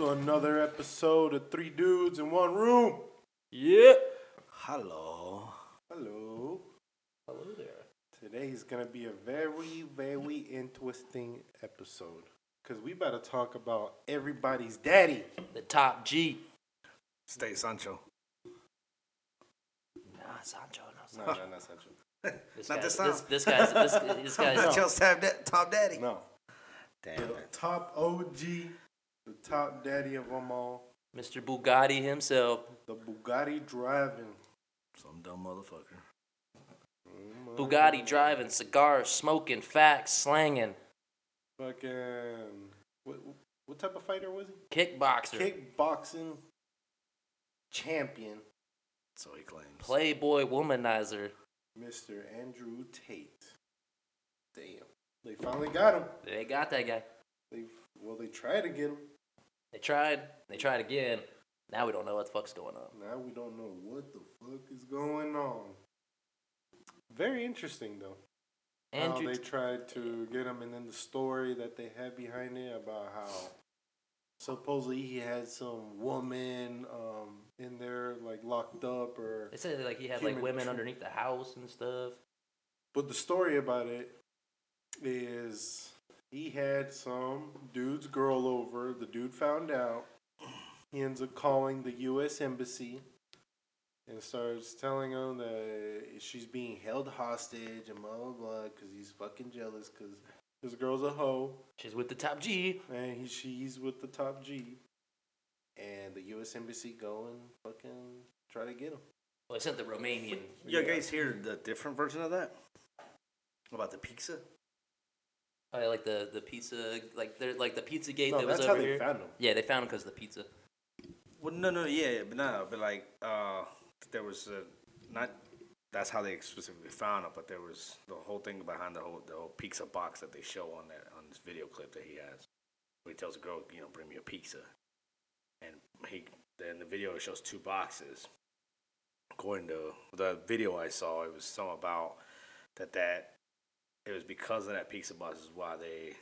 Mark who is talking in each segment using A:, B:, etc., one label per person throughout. A: another episode of Three Dudes in One Room.
B: Yeah.
C: Hello.
A: Hello.
B: Hello there.
A: Today is gonna be a very, very interesting episode because we about to talk about everybody's daddy.
B: The top G.
C: Stay Sancho.
B: Nah, Sancho. No,
A: No,
B: Sancho.
A: no, not Sancho.
B: This
C: Not
B: guy-
C: this time.
B: This, this guy's. This, this
C: Not
B: guy's.
C: your stab da- top daddy.
A: No,
C: Damn
A: the top OG, the top daddy of them all,
B: Mr. Bugatti himself.
A: the Bugatti driving.
C: Some dumb motherfucker.
B: Bugatti driving, cigars smoking, facts slanging,
A: Fucking what? What type of fighter was he?
B: kickboxer,
A: Kickboxing champion,
C: So he claims.
B: playboy womanizer.
A: Mr. Andrew Tate. Damn, they finally got him.
B: They got that guy.
A: They well, they tried to get him.
B: They tried. They tried again. Now we don't know what the fuck's going on.
A: Now we don't know what the fuck is going on. Very interesting though.
B: Andrew.
A: how they tried to get him, and then the story that they had behind it about how supposedly he had some woman um, in there, like locked up, or
B: they said like he had
A: Human
B: like women
A: tra-
B: underneath the house and stuff.
A: But the story about it is he had some dude's girl over. The dude found out. He ends up calling the U.S. Embassy and starts telling them that she's being held hostage and blah, blah, blah, because he's fucking jealous because this girl's a hoe
B: She's with the top G.
A: and he, she's with the top G. And the U.S. Embassy go and fucking try to get him.
B: Well, they sent the Romanian.
C: You guys hear the different version of that? About the pizza?
B: Oh, yeah, like the the pizza, like they're like the pizza gate
A: No,
B: that was
A: that's how
B: over
A: they
B: here.
A: found him.
B: yeah, they found him because of the pizza.
C: Well, no, no, yeah, yeah, but no, but like, uh, there was a, not. That's how they specifically found it, but there was the whole thing behind the whole the whole pizza box that they show on that on this video clip that he has. Where he tells the girl, you know, bring me a pizza, and he then the video it shows two boxes. According to the video I saw, it was some about that that it was because of that pizza box is why they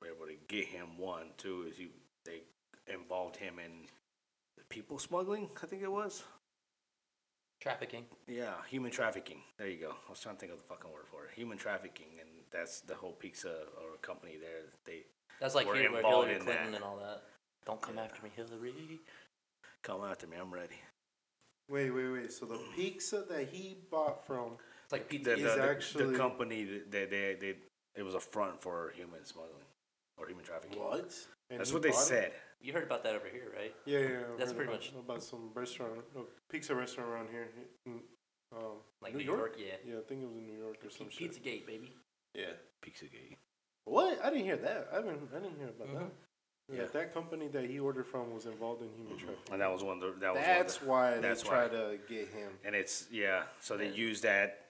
C: were able to get him one. Two is he they involved him in people smuggling, I think it was.
B: Trafficking.
C: Yeah, human trafficking. There you go. I was trying to think of the fucking word for it. Human trafficking, and that's the whole pizza or company there. They
B: That's like
C: We're
B: here, where
C: involved
B: Hillary
C: in
B: Clinton
C: that.
B: and all that. Don't come after me, Hillary.
C: come after me. I'm ready.
A: Wait, wait, wait. So the pizza that he bought from
B: It's like pizza.
C: The, the,
A: He's
C: the- the
A: actually-
C: company that they, they they it was a front for human smuggling or human trafficking.
A: What?
C: That's what they said.
B: You heard about that over here, right?
A: Yeah, yeah. I
B: That's
A: heard
B: pretty
A: about,
B: much-
A: about some restaurant, no, pizza restaurant around here. in, um,
B: Like New York, yeah.
A: Yeah, I think it was in New York or some
B: Pizza
A: shit.
B: Gate, baby.
A: Yeah.
C: Pizza gate.
A: What? I didn't hear that. I haven't. I didn't hear about that. Mm-hmm. Yeah,
C: Yeah.
A: that company that he ordered from was involved in human trafficking.
C: And that was one. Of the, Mm-hmm. that was one of
A: That's
C: the-
A: why
C: that's
A: they try
C: why.
A: to get him.
C: and it's yeah. So they
B: Yeah.
C: use that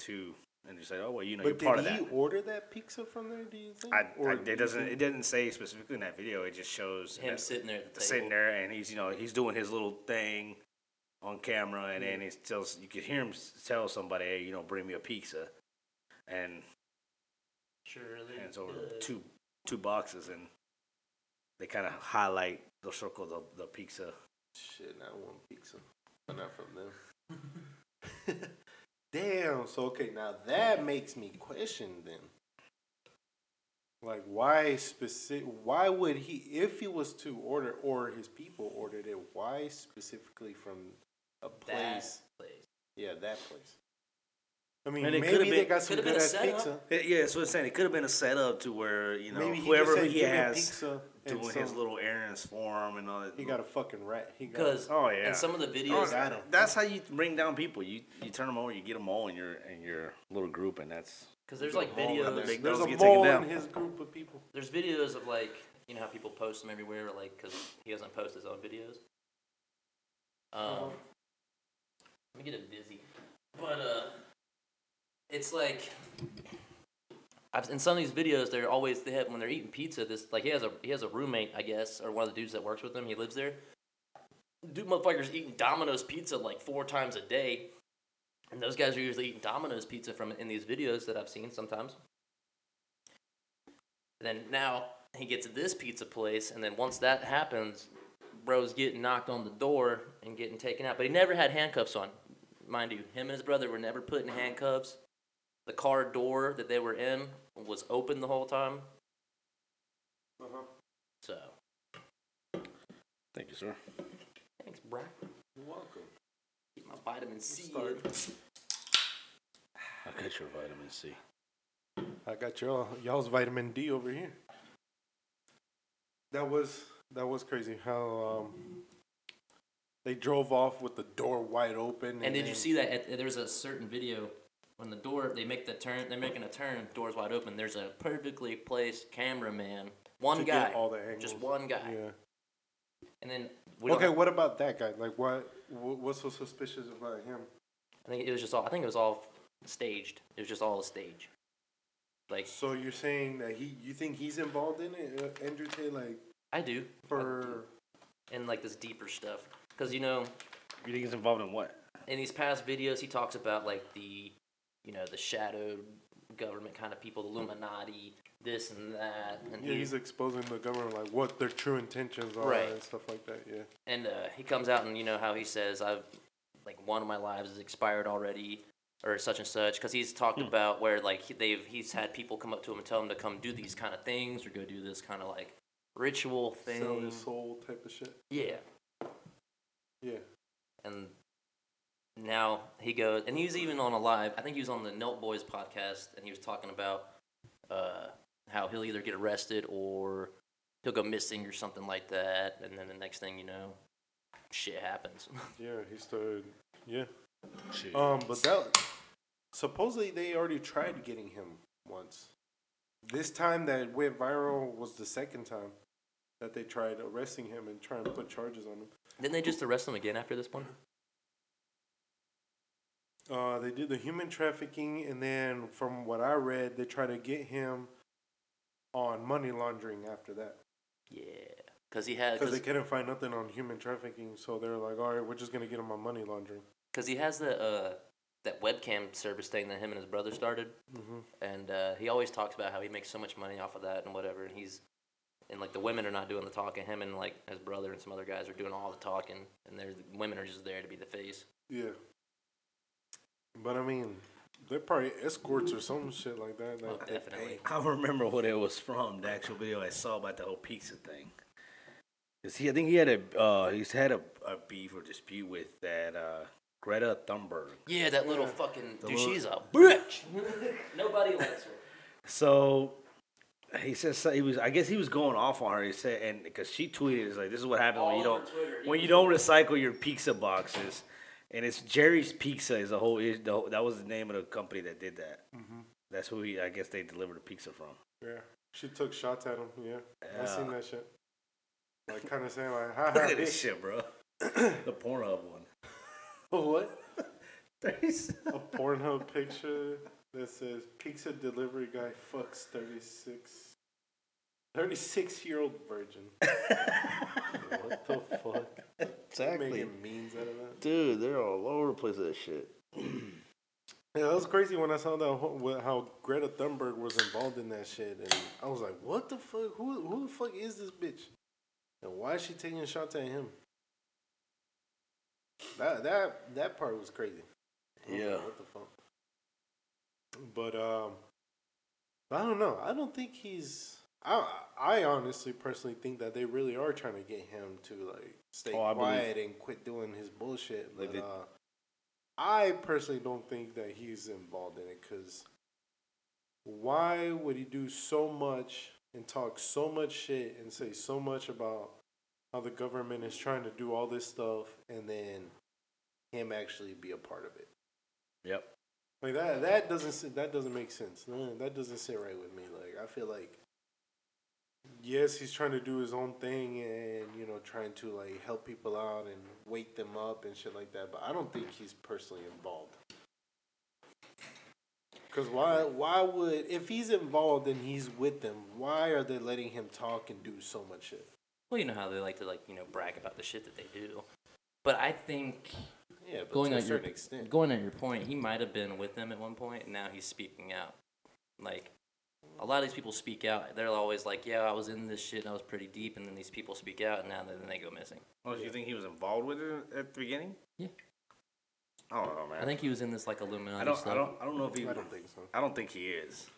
C: to and they say, oh well, you know,
A: but
C: you're part
A: did
C: of
A: he
C: that.
A: order that pizza from there? Do you think?
C: I, I,
A: do you
C: it doesn't.
A: think-
C: It doesn't say specifically in that video. It just shows
B: Him
C: that-
B: sitting there at the table.
C: sitting there and he's you know he's doing his little thing on camera and then he tells you can hear him s- tell somebody hey you know bring me a pizza and
B: Surely.
C: hands over
B: good.
C: two two boxes and they kind of highlight the circle of the pizza
A: Shit, I want pizza, but not from them. Damn. So okay, now that makes me question then. Like, why specific? Why would he, if he was to order or his people ordered it, why specifically from a
B: That
A: place?
B: place.
A: Yeah, that place. I mean,
C: And it
A: maybe
C: could've
A: they
C: been-
A: got some
B: could've been
A: good
B: a
A: ass
B: setup.
A: pizza.
C: It- yeah that's what I'm saying it could have been a setup to where you know
A: Maybe he
C: whoever
A: just said,
C: he
A: "Give me
C: has
A: pizza and
C: doing his
A: some-"
C: little errands for him and all that
A: He got a fucking rat. He got.
B: Because
C: Oh, yeah.
B: in some of the
C: Oh,
B: videos,
A: I don't-
C: that's how you bring down people you you turn them over you get them all in your in your little group and that's
B: because there's like
C: Go home with a
B: videos,
C: big
A: there's
C: those
A: a
C: get taken
A: mole in
C: down.
A: his group of people.
B: there's videos of like you know how people post them everywhere, or, like because he doesn't post his own videos. Um, let me get a busy, but uh, it's like. I've, in some of these videos, they're always they have when they're eating pizza. This like he has a he has a roommate, I guess, or one of the dudes that works with him. He lives there. Dude, motherfuckers eating Domino's pizza like four times a day, and those guys are usually eating Domino's pizza from in these videos that I've seen sometimes. And then now he gets to this pizza place, and then once that happens, bro's getting knocked on the door and getting taken out. But he never had handcuffs on, mind you. Him and his brother were never put in handcuffs. The car door that they were in was open the whole time.
A: Uh-huh.
B: So
C: Thank you, sir.
B: thanks, bro.
A: You're welcome.
B: Get my vitamin C.
A: Start.
B: in.
C: I got your vitamin C.
A: I got y'all y'all's vitamin D over here. That was that was crazy how um they drove off with the door wide open.
B: And did you
A: then-
B: see that? At, there's a certain video when the door they make the turn, they're making a turn, doors wide open. There's a perfectly placed cameraman, one
A: to
B: guy,
A: get all the angles?
B: just one guy,
A: Yeah.
B: and then we don't
A: okay,
B: have-
A: what about that guy? Like, what wh- what's so suspicious about him?
B: I think it was just all. I think it was all staged. It was just all a stage. Like
A: So you're saying that he you think he's involved in it, uh, Andrew Tate, like
B: I do,
A: for
B: and like this deeper stuff, because you know,
C: You think he's involved in what?
B: in these past videos, he talks about like the, you know, the shadow government kind of people, the Illuminati, this and that, and
A: yeah,
B: he-
A: he's exposing the government, like what their true intentions are
B: Right.
A: and stuff like that. Yeah.
B: and uh, he comes out and you know how he says i've like one of my lives has expired already or such and such because he's talked about where like he- they've he's had people come up to him and tell him to come do these kind of things or go do this kind of like ritual thing
A: Sell his soul type of shit.
B: yeah
A: Yeah.
B: and now he goes and he was even on a live i think he was on the Nelt boys podcast and he was talking about uh, how he'll either get arrested or he'll go missing or something like that and then the next thing you know shit happens
A: Yeah, he started. Yeah.
C: Shit.
A: Um, but that supposedly they already tried getting him once. This time that went viral was the second time that they tried arresting him and trying to put charges on him.
B: Didn't they just arrest him again after this one?
A: Uh, they did the human trafficking, and then from what I read, they tried to get him on money laundering after that
B: Yeah, because he had
A: because they
B: because
A: couldn't find nothing on human trafficking. So they're like, all right, we're just gonna get him on money laundering.
B: he has the uh, that webcam service thing that him and his brother started,
A: Mm-hmm.
B: and uh, he always talks about how he makes so much money off of that and whatever, and he's and like the women are not doing the talking. Him and like his brother and some other guys are doing all the talking, and there's the women are just there to be the face.
A: Yeah. But I mean, they're probably escorts or some shit like that.
B: Oh,
A: Like, they
B: definitely.
C: I don't remember what it was from. The actual video I saw about the whole pizza thing. Cause he, I think he had a, uh, he's had a, a beef or dispute with that uh, Greta Thunberg.
B: Yeah, that little fucking
C: The
B: dude,
C: little-
B: she's a bitch. Nobody likes her.
C: So he says so he was. I guess he was going off on her. He said, and because she tweeted, "Is like this is what happens when
B: All
C: you
B: over
C: don't
B: Twitter, he
C: when you don't recycle your pizza boxes." And it's Jerry's Pizza is the whole is the whole, that was the name of the company that did that. That's who he. I guess they delivered the pizza from.
A: yeah. She took shots at him. Yeah. I seen
C: Yeah.
A: that shit. Like, kind of saying, like, ha ha.
C: Look at this
A: bitch."
C: shit, bro. the Pornhub one.
A: What?
C: There's-
A: A Pornhub picture that says pizza delivery guy fucks 36. 36 year old virgin. what the fuck?
C: exactly,
A: Making memes out of that.
C: dude. They're all over the place with that shit.
A: Yeah, that was crazy when I saw that wh- wh- how Greta Thunberg was involved in that shit, and I was like, "What the fuck? Who who the fuck is this bitch? And why is she taking shots at him?" That that that part was crazy. I was like,
C: Yeah.
A: what the fuck? But um, I don't know. I don't think he's. I I honestly personally think that they really are trying to get him to like stay
C: Oh, I believe-
A: quiet and quit doing his bullshit. But,
C: Like they-
A: uh, I personally don't think that he's involved in it because why would he do so much and talk so much shit and say so much about how the government is trying to do all this stuff and then him actually be a part of it?
C: Yep.
A: Like that that doesn't sit- that doesn't make sense. None- That doesn't sit right with me. Like I feel like yes, he's trying to do his own thing and you know trying to like help people out and wake them up and shit like that, but I don't think he's personally involved. Cuz why why would if he's involved and he's with them, why are they letting him talk and do so much shit?
B: Well, you know how they like to like you know brag about the shit that they do, but I think
A: Yeah, but
B: Going
A: to a
B: on your-
A: certain extent.
B: Going at your point, he might have been with them at one point, and now he's speaking out. Like, a lot of these people speak out. They're always like, "Yeah, I was in this shit and I was pretty deep," and then these people speak out, and now then they go missing.
C: Oh, you think he was involved with it at the beginning?
B: Yeah.
C: I don't know, man.
B: I think he was in this like Illuminati
C: I don't,
B: stuff.
C: I don't, I don't know if he.
A: I don't think so.
C: I don't think he is.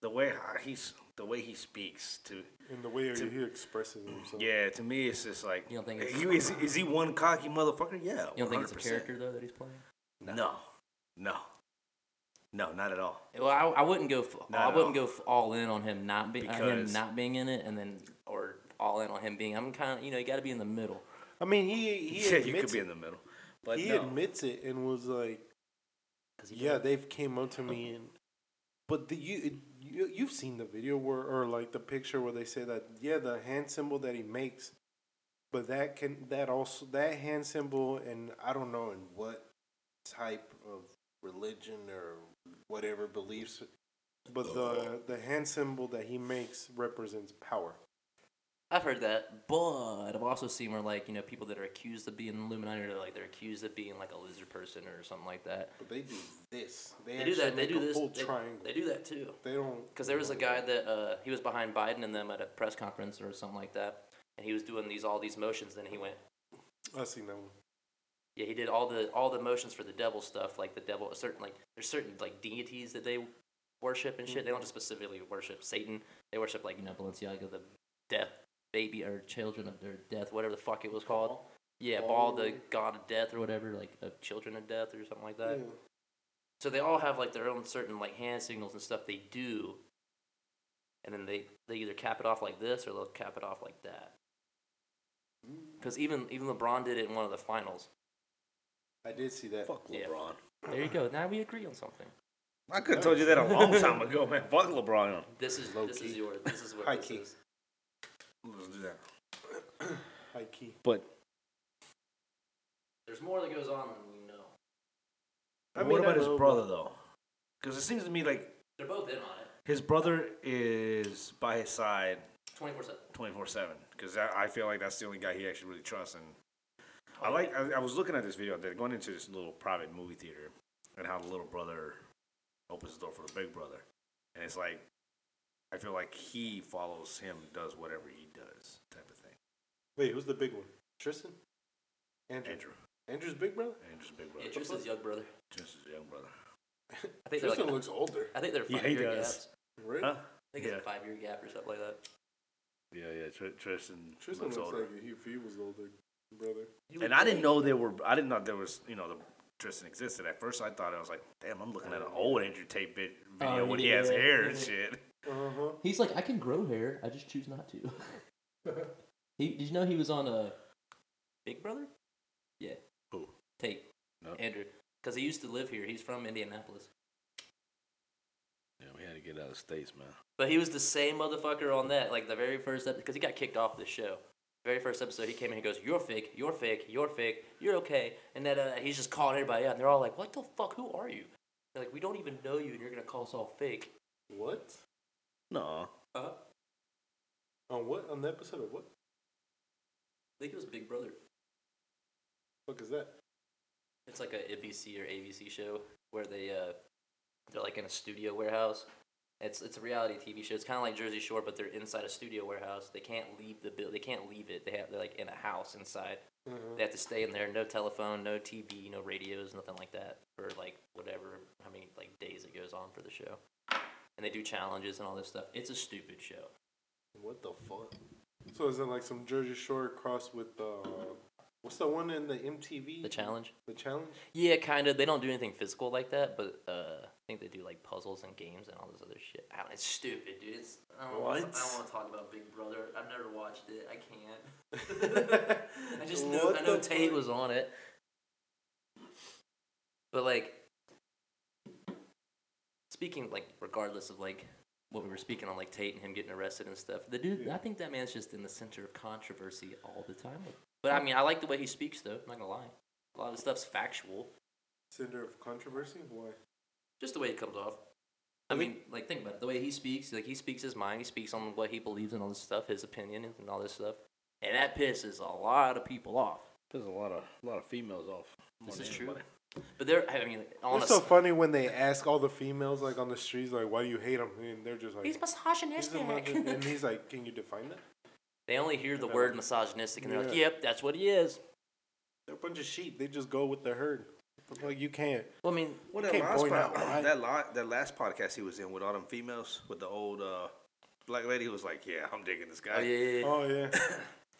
C: The way how he's, the way he speaks to,
A: In the way he expresses himself.
C: yeah, to me, it's just like.
B: You don't think it's-
C: you, is, is he one cocky motherfucker? Yeah.
B: You don't think it's a
C: 100%.
B: character though that he's playing?
C: No, no, no, not at all.
B: Well, I, I wouldn't go. F-
C: Not
B: I
C: at
B: wouldn't go f- all in on him not being him
C: Because-
B: not being in it, and then or all in on him being. I'm kind of you know you got to be in the middle.
A: I mean, he he
C: yeah,
A: admits
C: you could be
A: it.
C: in the middle, but
A: he
C: no.
A: admits it and was like,
B: 'Cause he Oh.
A: "Yeah, they've came up to me and." But the, you, you you've seen the video where or like the picture where they say that yeah the hand symbol that he makes, but that can that also that hand symbol and I don't know in what type of religion or whatever beliefs, but
B: Oh.
A: the the hand symbol that he makes represents power.
B: I've heard that, but I've also seen where like you know people that are accused of being Illuminati or like they're accused of being like a lizard person or something like that.
A: But they do this. They,
B: They do that. They
A: make
B: do
A: a
B: this.
A: Full
B: They,
A: triangle.
B: they do that too.
A: They don't.
B: Because there was a guy that uh, he was behind Biden and them at a press conference or something like that, and he was doing these all these motions. Then he went,
A: I seen that one.
B: yeah, he did all the all the motions for the devil stuff, like the devil. Certain like there's certain like deities that they worship and shit. They don't just specifically worship Satan. They worship like you know Balenciaga, the death baby or children of their death, whatever the fuck it was called. Yeah, Baal, the
A: Baal.
B: god of death or whatever, like of children of death or something like that.
A: Yeah.
B: So they all have like their own certain like hand signals and stuff they do, and then they they either cap it off like this or they'll cap it off like that. Because even even LeBron did it in one of the finals.
A: I did see that.
C: Fuck
B: Yeah.
C: LeBron.
B: There you go. Now we agree on something.
C: I could have told you that a long time ago, man. Fuck LeBron.
B: This is
A: Low
B: this
A: key.
B: is yours. This is
A: High
B: what this
A: key.
B: is.
C: Let's do that.
A: High key.
C: But
B: There's more that goes on than we know.
A: I mean,
C: what about
A: I
C: his
A: know,
C: brother though? Because it seems to me like
B: They're both in on it,
C: his brother is by his side
B: twenty four seven.
C: twenty four seven. Because I, I feel like that's the only guy he actually really trusts. And I like I, I was looking at this video. They're going into this little private movie theater, and how the little brother opens the door for the big brother, and it's like I feel like he follows him, does whatever he does, type of thing.
A: Wait, who's the big one? Tristan? Andrew.
C: Andrew,
A: Andrew's big brother?
C: Andrew's big brother,
B: Yeah, Tristan's young brother.
C: Tristan's young brother.
B: I think they're
A: Tristan
B: like
A: looks older,
B: I think they're
C: Yeah,
B: five
C: he
B: year
C: does.
B: gaps.
A: right?
C: Huh?
B: I think
C: Yeah.
B: it's a five year gap or something like that.
C: Yeah, yeah. Tr- Tristan,
A: Tristan
C: looks
A: looks,
C: older.
A: like he, if he was older, brother.
B: You would
C: and I didn't
B: think-
C: know there were. I didn't know there was. You know, the Tristan existed. At first, I thought I was like, damn, I'm looking at an old Andrew Tate bit video
B: Oh,
C: when he has
B: yeah,
C: hair and
B: yeah.
C: shit.
A: Uh huh.
B: He's like, I can grow hair. I just choose not to. he did you know he was on a Big Brother? Yeah.
C: Who?
B: Tate.
C: No.
B: Andrew. Because he used to live here. He's from Indianapolis.
C: Yeah, we had to get out of the states, man.
B: But he was the same motherfucker on that. Like the very first episode, because he got kicked off the show. Very first episode, he came in and goes, "You're fake. You're fake. You're fake. You're okay." And then uh, he's just calling everybody out, and they're all like, "What the fuck? Who are you?" They're like, "We don't even know you, and you're gonna call us all fake."
A: What?
C: No,
B: Uh, I
A: On what? On the episode of what?
B: think it was Big Brother.
A: Fuck is that?
B: It's like a NBC or ABC show where they uh, they're like in a studio warehouse. It's it's a reality TV show. It's kind of like Jersey Shore, but they're inside a studio warehouse. They can't leave the build. They can't leave it. They have they're like in a house inside.
A: Uh-huh.
B: They have to stay in there. No telephone, no TV, no radios, nothing like that for like whatever how many like days it goes on for the show. And they do challenges and all this stuff. It's a stupid show.
A: What the fuck? So is it like some Jersey Shore cross with uh, what's the one in the MTV?
B: The challenge.
A: The challenge.
B: Yeah, kind of. They don't do anything physical like that, but uh, I think they do like puzzles and games and all this other shit. I don't, it's stupid, dude. It's, I don't, wanna- I
A: What?
B: don't want to talk about Big Brother. I've never watched it. I can't. I just know.
A: What
B: I know
A: the
B: Tate
A: fuck?
B: was on it, but like speaking like regardless of like what we were speaking on like Tate and him getting arrested and stuff. The dude, I think that man's just in the center of controversy all the time. But I mean, I like the way he speaks though. I'm not gonna lie. A lot of the stuff's factual.
A: Center of controversy. Why?
B: Just the way it comes off. I mean, like think about it. The way he speaks, like he speaks his mind. He speaks on what he believes and all this stuff, his opinion and all this stuff, and that pisses a lot of people off.
C: there's a lot of a lot of females off.
B: This is true. But they're, I mean,
A: It's
B: honestly,
A: so funny when they ask all the females like on the streets like why do you hate him and they're just like
B: he's
A: "He's a
B: misogynistic.
A: mother-" and he's like can you define that?
B: they only hear the word misogynistic and they're like,
A: Yeah.
B: yep, that's what he is.
A: They're a bunch of sheep. They just go with the herd. Like you can't.
B: Well, I mean,
C: Well, that
A: Can't
C: last,
A: point
C: pod-
A: out why.
C: that, lot, that last podcast he was in with all them females, with the old uh, black lady who was like, "Yeah, I'm digging this guy."
B: oh, yeah, yeah, yeah.
A: Oh yeah.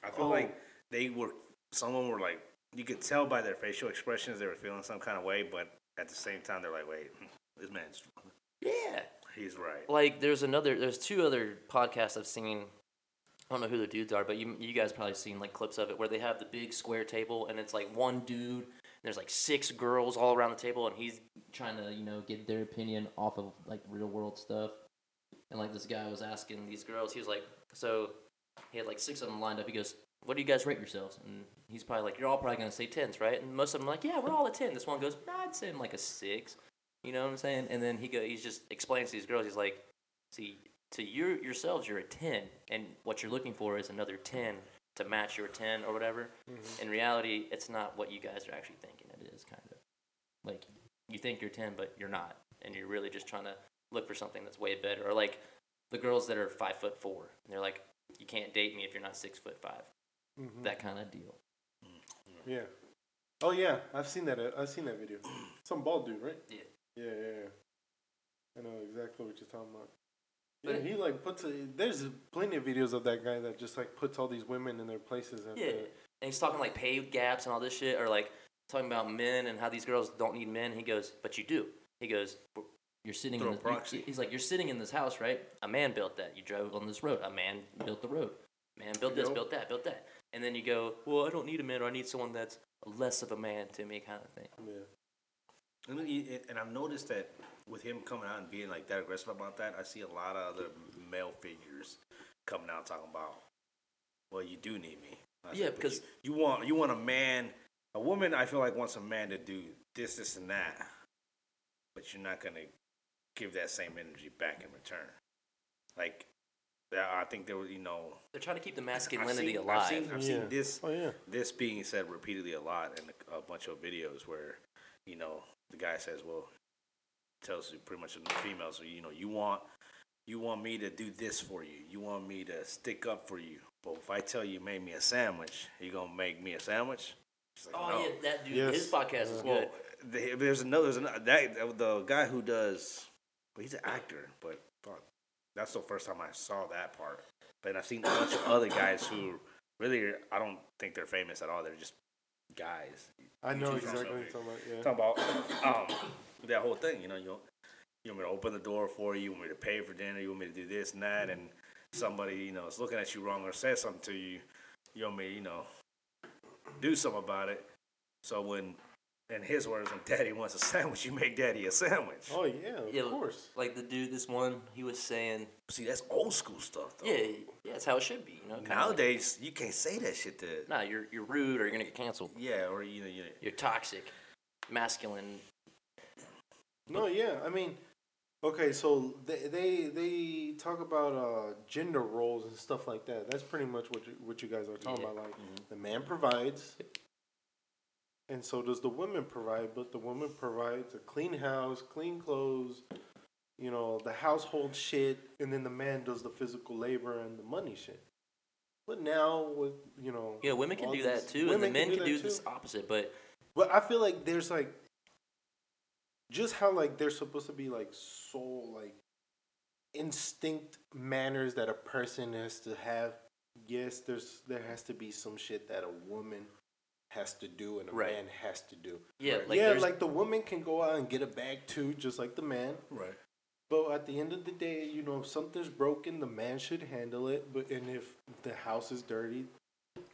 C: I feel
A: Oh.
C: like they were. Some of them were like, you could tell by their facial expressions they were feeling some kind of way, but at the same time they're like, "Wait, this man's
B: yeah.
C: he's right."
B: Like, there's another, there's two other podcasts I've seen. I don't know who the dudes are, but you, you guys probably seen like clips of it where they have the big square table and it's like one dude. And there's like six girls all around the table, and he's trying to you know get their opinion off of like real world stuff. And like this guy was asking these girls, he was like, so he had like six of them lined up. He goes, "What do you guys rate yourselves?" And he's probably like, "You're all probably gonna say tens, right?" And most of them are like, "Yeah, we're all a 10. This one goes, nah, "I'd say I'm like a six. You know what I'm saying? And then he go, he's just explains to these girls, he's like, "See, to you yourselves, you're a ten, and what you're looking for is another ten to match your ten or whatever. In reality, it's not what you guys are actually thinking. It is kind of like you think you're ten, but you're not, and you're really just trying to look for something that's way better. Or like the girls that are five foot four, and they're like, you can't date me if you're not six foot 5
A: Mhm.
B: That kind of deal.
A: Yeah. Oh yeah, I've seen that. uh, I've seen that video. Some bald dude, right?
B: Yeah.
A: Yeah, yeah, yeah. I know exactly what you're talking about.
B: But-
A: Yeah, he like puts. A, there's plenty of videos of that guy that just like puts all these women in their places. At
B: Yeah, and he's talking like pay gaps and all this shit, or like talking about men and how these girls don't need men. He goes, but you do. He goes, "We're- you're sitting
C: Throw
B: in
C: a
B: the,
C: proxy.
B: You, he's like, you're sitting in this house, right? A man built that. You drove on this road. A man built the road. Man built this,
A: Yep.
B: built that, built that. And then you go, well, I don't need a man, or I need someone that's less of a man to me, kind of thing.
A: the, yeah.
C: And, then he- and I've noticed that with him coming out and being like that aggressive about that, I see a lot of other male figures coming out talking about, "Well, you do need me." I was
B: Yeah,
C: like, "But
B: because-
C: you, you want you want a man, a woman. I feel like wants a man to do this, this, and that, but you're not gonna give that same energy back in return. Like, that- I think there was, you know,
B: They're trying to keep the
C: I've
B: masculinity
C: seen,
B: alive.
C: I've seen, I've seen
A: Yeah.
C: this
A: Oh yeah.
C: this being said repeatedly a lot in a, a bunch of videos where you know the guy says well tells you pretty much the females you know you want you want me to do this for you you want me to stick up for you but if i tell you you made me a sandwich you gonna make me a sandwich She's like,
B: oh
C: "No."
B: yeah, that dude.
A: Yes.
B: His podcast is
C: well
B: good.
C: they- there's another, there's another that the guy who does well he's an actor but fuck, that's the first time i saw that part but i've seen a bunch of other guys who really i don't think they're famous at all they're just guys
A: I know
C: YouTube
A: exactly what
C: something.
A: you're talking about. Yeah.
C: talking about um, that whole thing. You know, you you want me to open the door for you? You want me to pay for dinner? You want me to do this and that? And somebody you know is looking at you wrong or says something to you. You want me to, you know do something about it? So when in his words, when Daddy wants a sandwich, you make Daddy a sandwich.
A: Oh yeah. Of
B: Yeah,
A: course.
B: Like the dude, this one, he was saying,
C: See, that's old school stuff. though.
B: yeah, yeah, that's how it should be. You know, kinda like-
C: Nowadays, you can't say that shit to.
B: Nah, you're you're rude or you're gonna get canceled.
C: Yeah, or you know, you
B: You're toxic, masculine.
A: No, yeah. I mean, okay. So they they they talk about uh, gender roles and stuff like that. That's pretty much what you, what you guys are talking
B: Yeah. Mm-hmm.
A: about. Like the man provides, and so does the woman provide. But the woman provides a clean house, clean clothes, you know, the household shit, and then the man does the physical labor and the money shit. But now with you know,
B: Yeah, women can
A: all
B: do
A: these-
B: that too, and the
A: women
B: men can
A: that
B: do
A: too.
B: this opposite. But
A: But I feel like there's like just how like there's supposed to be like soul like instinct manners that a person has to have. Yes, there's there has to be some shit that a woman has to do and a
B: Right.
A: man has to do.
B: yeah, like
A: yeah,
B: there's
A: like the woman can go out and get a bag too, just like the man.
C: right.
A: But at the end of the day, you know, if something's broken, the man should handle it. But and if the house is dirty,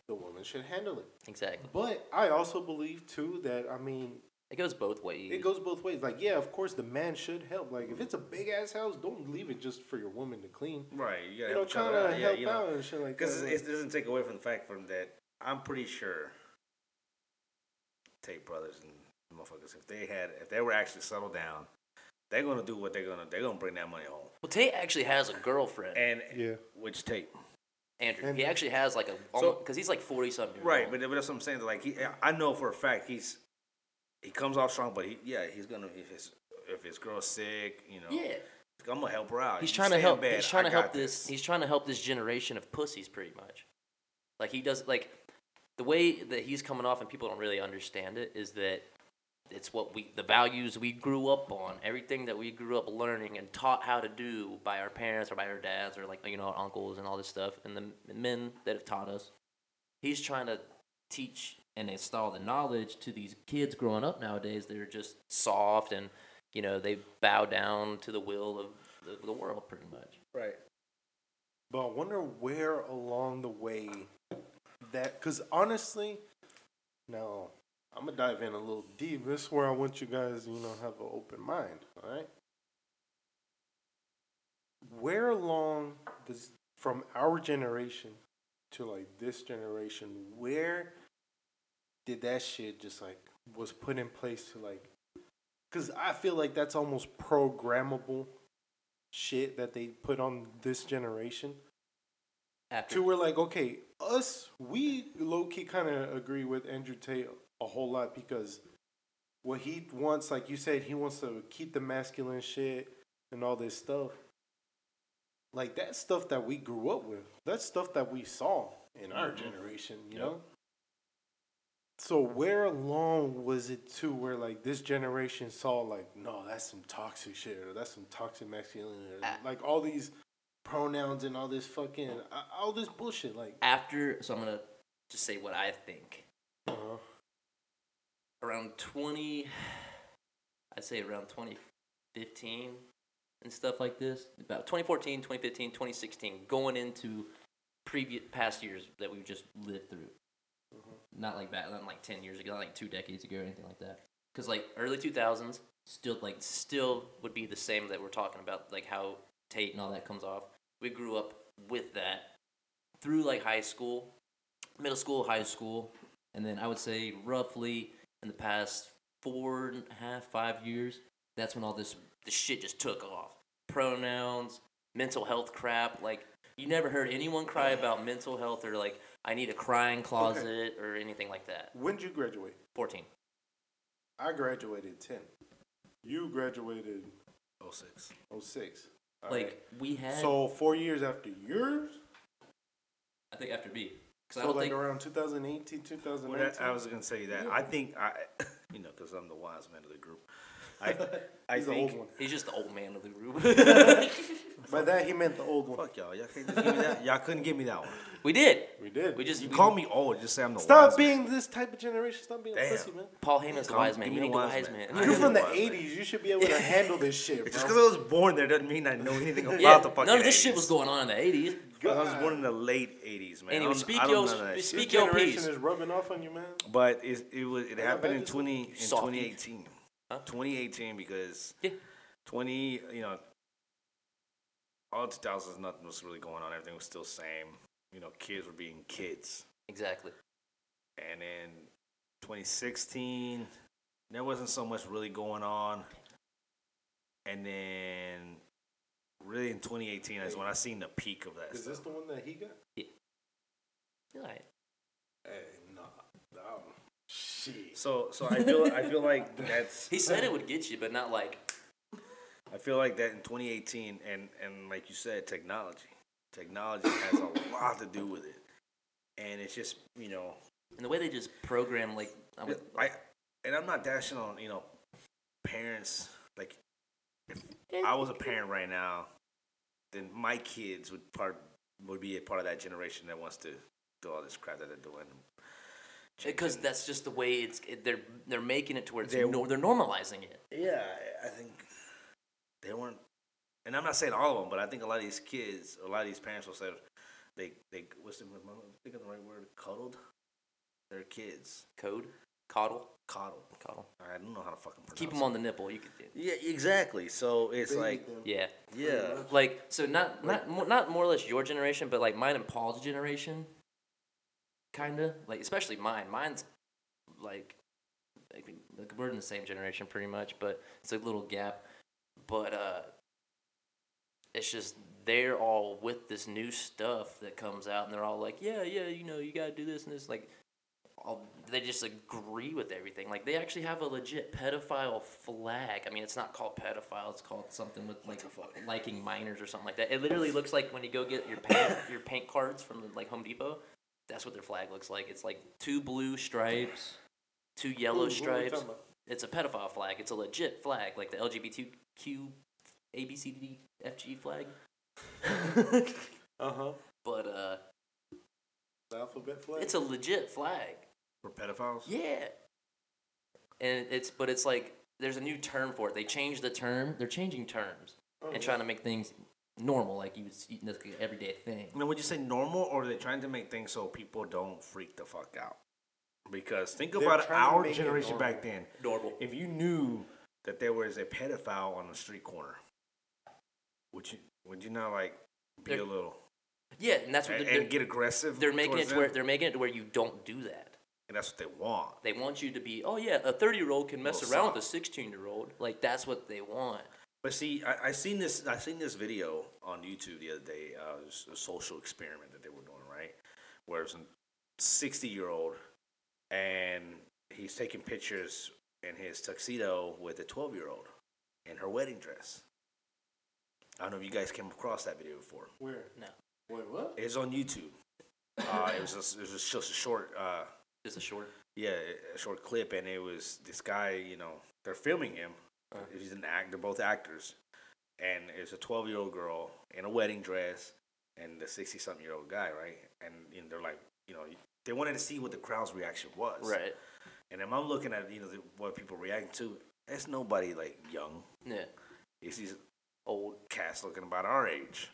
A: the woman should handle it.
B: exactly.
A: But I also believe too that I mean
B: It goes both ways.
A: it goes both ways. Like, yeah, of course, the man should help. Like, if it's a big ass house, don't leave it just for your woman to clean.
C: Right. You,
A: You know,
C: gotta help each other
A: trying
C: out.
A: to
C: Yeah,
A: help
C: you know.
A: out and shit like that.
C: Because
A: like-
C: it doesn't take away from the fact from that I'm pretty sure Tate brothers and motherfuckers, if they had, if they were actually settled down, they're gonna do what they're gonna, they're gonna bring that money home.
B: well, Tate actually has a girlfriend,
C: And
A: Yeah.
C: which Tate?
B: Andrew.
A: and-
B: he actually has like a
C: So-
B: because he's like forty something.
C: Right, but, but that's what I'm saying. Like he, I know for a fact he's he comes off strong, but he, yeah, he's gonna if his if his girl's sick, you know,
B: Yeah.
C: I'm gonna help her out.
B: He's
C: You
B: trying to
C: stay in
B: help.
C: bed,
B: He's trying
C: I
B: to help
C: got
B: this. He's trying to help this generation of pussies, pretty much. Like he does. Like the way that he's coming off, and people don't really understand it, is that it's what we, the values we grew up on, everything that we grew up learning and taught how to do by our parents or by our dads or like you know our uncles and all this stuff, and the m- men that have taught us. He's trying to teach and install the knowledge to these kids growing up nowadays that are just soft and you know they bow down to the will of the, the world pretty much
C: right.
A: But I wonder where along the way that, because honestly, now I'm gonna dive in a little deep. This is where I want you guys, you know, have an open mind. All right. Where along does from our generation to like this generation, where did that shit just like was put in place to like? Because I feel like that's almost programmable shit that they put on this generation
B: after
A: to where like okay us we low-key kind of agree with andrew tate a whole lot because what he wants like you said he wants to keep the masculine shit and all this stuff like that stuff that we grew up with that's stuff that we saw in our generation you know so where along was it to where like this generation saw like no that's some toxic shit or that's some toxic masculinity or,
B: Ah.
A: like all these pronouns and all this fucking uh, all this bullshit. Like,
B: after so i'm gonna just say what i think
A: uh,
C: Uh-huh.
B: around 20 i'd say around 2015 and stuff like this about 2014 2015 2016 going into previous past years that we've just lived through not like that not like 10 years ago not like two decades ago or anything like that because like early 2000s still like still would be the same that we're talking about like how tate and all that comes off we grew up with that through like high school middle school, high school, and then I would say roughly in the past four and a half, five years, that's when all this this shit just took off. Pronouns, mental health crap. Like you never heard anyone cry about mental health or like I need a crying closet or anything like that.
A: when did you graduate?
B: Fourteen.
A: I graduated ten. You graduated
C: Oh six.
A: 06. All
B: like
A: right.
B: we had.
A: so four years after yours.
B: I think after B, because
A: So
B: I don't
A: like
B: think
A: around 2018,
C: Well,
A: 2019.
C: that, I was gonna say that. I think I, you know, because I'm the wise man of the group. I, I
A: He's the
C: think.
A: old one.
B: he's just the old man of the group.
A: By that he meant the old one.
C: Fuck y'all. Y'all, can't just give me that. y'all couldn't give me that one.
B: we did.
A: We did.
B: We just
C: You
B: we-
C: call me old. Just say I'm the
A: Stop
C: wise man.
A: being this type of generation. Stop being a
C: Damn.
A: pussy, man.
B: Paul Heyman's the
C: Call-
B: wise
C: give
B: man.
C: me
B: You
C: the
B: need the
C: wise
B: wise
C: man.
B: man.
C: I
A: You're
C: am
A: from
C: the
A: the
C: wise man.
A: 80s. You should be able to handle this shit,
C: Just
A: bro.
C: because I was born there doesn't mean I know anything about
B: Yeah,
C: the fucking.
B: none of this shit
C: 80s.
B: was going on in the eighties.
C: I was born in the late '80s, man.
B: Anyway,
C: I don't-
B: speak
C: I don't
B: your-
C: know none of that
A: This
B: speak-
C: shit.
B: your
A: generation
B: piece.
A: is rubbing off on you, man.
C: But it, it was it
A: Yeah,
C: happened in
A: but-
C: 20 in
B: Softy.
C: 2018.
B: Huh?
C: 2018 because
B: Yeah.
C: 20 you know all 2000s nothing was really going on. Everything was still same. You know, kids were being kids,
B: Exactly.
C: and then 2016 there wasn't so much really going on, and then really in 2018 is when I seen the peak of that.
A: Is
C: Stuff.
A: this the one that he got?
B: You're right.
A: Hey, nah. Oh, shit.
C: So so I feel I feel like that's
B: He said it would get you, but not like
C: I feel like that in 2018, and and like you said, technology, technology has a lot to do with it, and it's just you know,
B: in the way they just program like I would,
C: I and I'm not dashing on you know, parents like if I was a parent right now, then my kids would part would be a part of that generation that wants to do all this crap that they're doing.
B: because that's just the way it's it, they're they're making it to where it's
C: They-
B: nor, they're normalizing it.
C: Yeah, I I think they weren't, and I'm not saying all of them, but I think a lot of these kids, a lot of these parents will say they they what's the am I thinking the right word? Cuddled their kids,
B: Code, coddle,
C: coddled.
B: coddle.
C: I don't know how to fucking pronounce.
B: Keep them on the nipple. You could,
C: Yeah, exactly. So it's like
B: yeah,
C: yeah,
B: like so not not mo- not more or less your generation, but like mine and Paul's generation, kinda like especially mine. Mine's like like, like we're in the same generation pretty much, but it's a little gap. But uh, it's just they're all with this new stuff that comes out, and they're all like, yeah, yeah, you know, you gotta do this and this. Like all they just agree with everything. Like they actually have a legit pedophile flag. I mean, it's not called pedophile. It's called something with like liking minors or something like that. It literally looks like when you go get your paint, your paint cards from like Home Depot. That's what their flag looks like. It's like two blue stripes, two yellow
A: Ooh, what are we
B: stripes.
A: talking about?
B: It's a pedophile flag. It's a legit flag, like the LGBTQ ABCDFG flag.
A: Uh huh.
B: but uh,
A: Alphabet flag.
B: it's a legit flag.
C: For pedophiles?
B: Yeah. And it's but it's like there's a new term for it. They changed the term. They're changing terms
A: Oh,
B: and trying to make things normal, like you would see like an everyday thing.
C: Now, would you say normal, or are they trying to make things so people don't freak the fuck out? Because think
A: They're
C: about
A: trying to
C: our
A: make it
C: generation back
A: normal.
C: then.
B: Normal.
C: If you knew that there was a pedophile on the street corner, would you would you not like be
B: They're-
C: a little
B: Yeah, and that's what
C: and,
B: they're,
C: and get aggressive?
B: they're making it
C: towards
B: to where
C: them?
B: they're making it to where you don't do that.
C: and that's what they want.
B: They want you to be, oh yeah, a thirty year old can mess
C: Little
B: around
C: soft.
B: with a sixteen year old. Like that's what they want.
C: But see, I, I seen this. I seen this video on YouTube the other day. Uh, it was a social experiment that they were doing, right? Where it's a sixty-year-old, and he's taking pictures in his tuxedo with a twelve-year-old in her wedding dress. I don't know if you guys came across that video before.
A: Where?
B: No,
A: Wait, what?
C: It's on YouTube. Uh, it was just, it was just, just a short. Uh,
B: just a short.
C: yeah, a short clip, and it was this guy. You know, they're filming him.
B: Uh.
C: He's an act. They're both actors, and it's a twelve-year-old girl in a wedding dress, and the sixty-something-year-old guy, right? And, and they're like, you know, they wanted to see what the crowd's reaction was,
B: Right.
C: And if I'm looking at you know the, what people react to, it's nobody like young.
B: Yeah.
C: It's these
B: Old.
C: cats looking about our age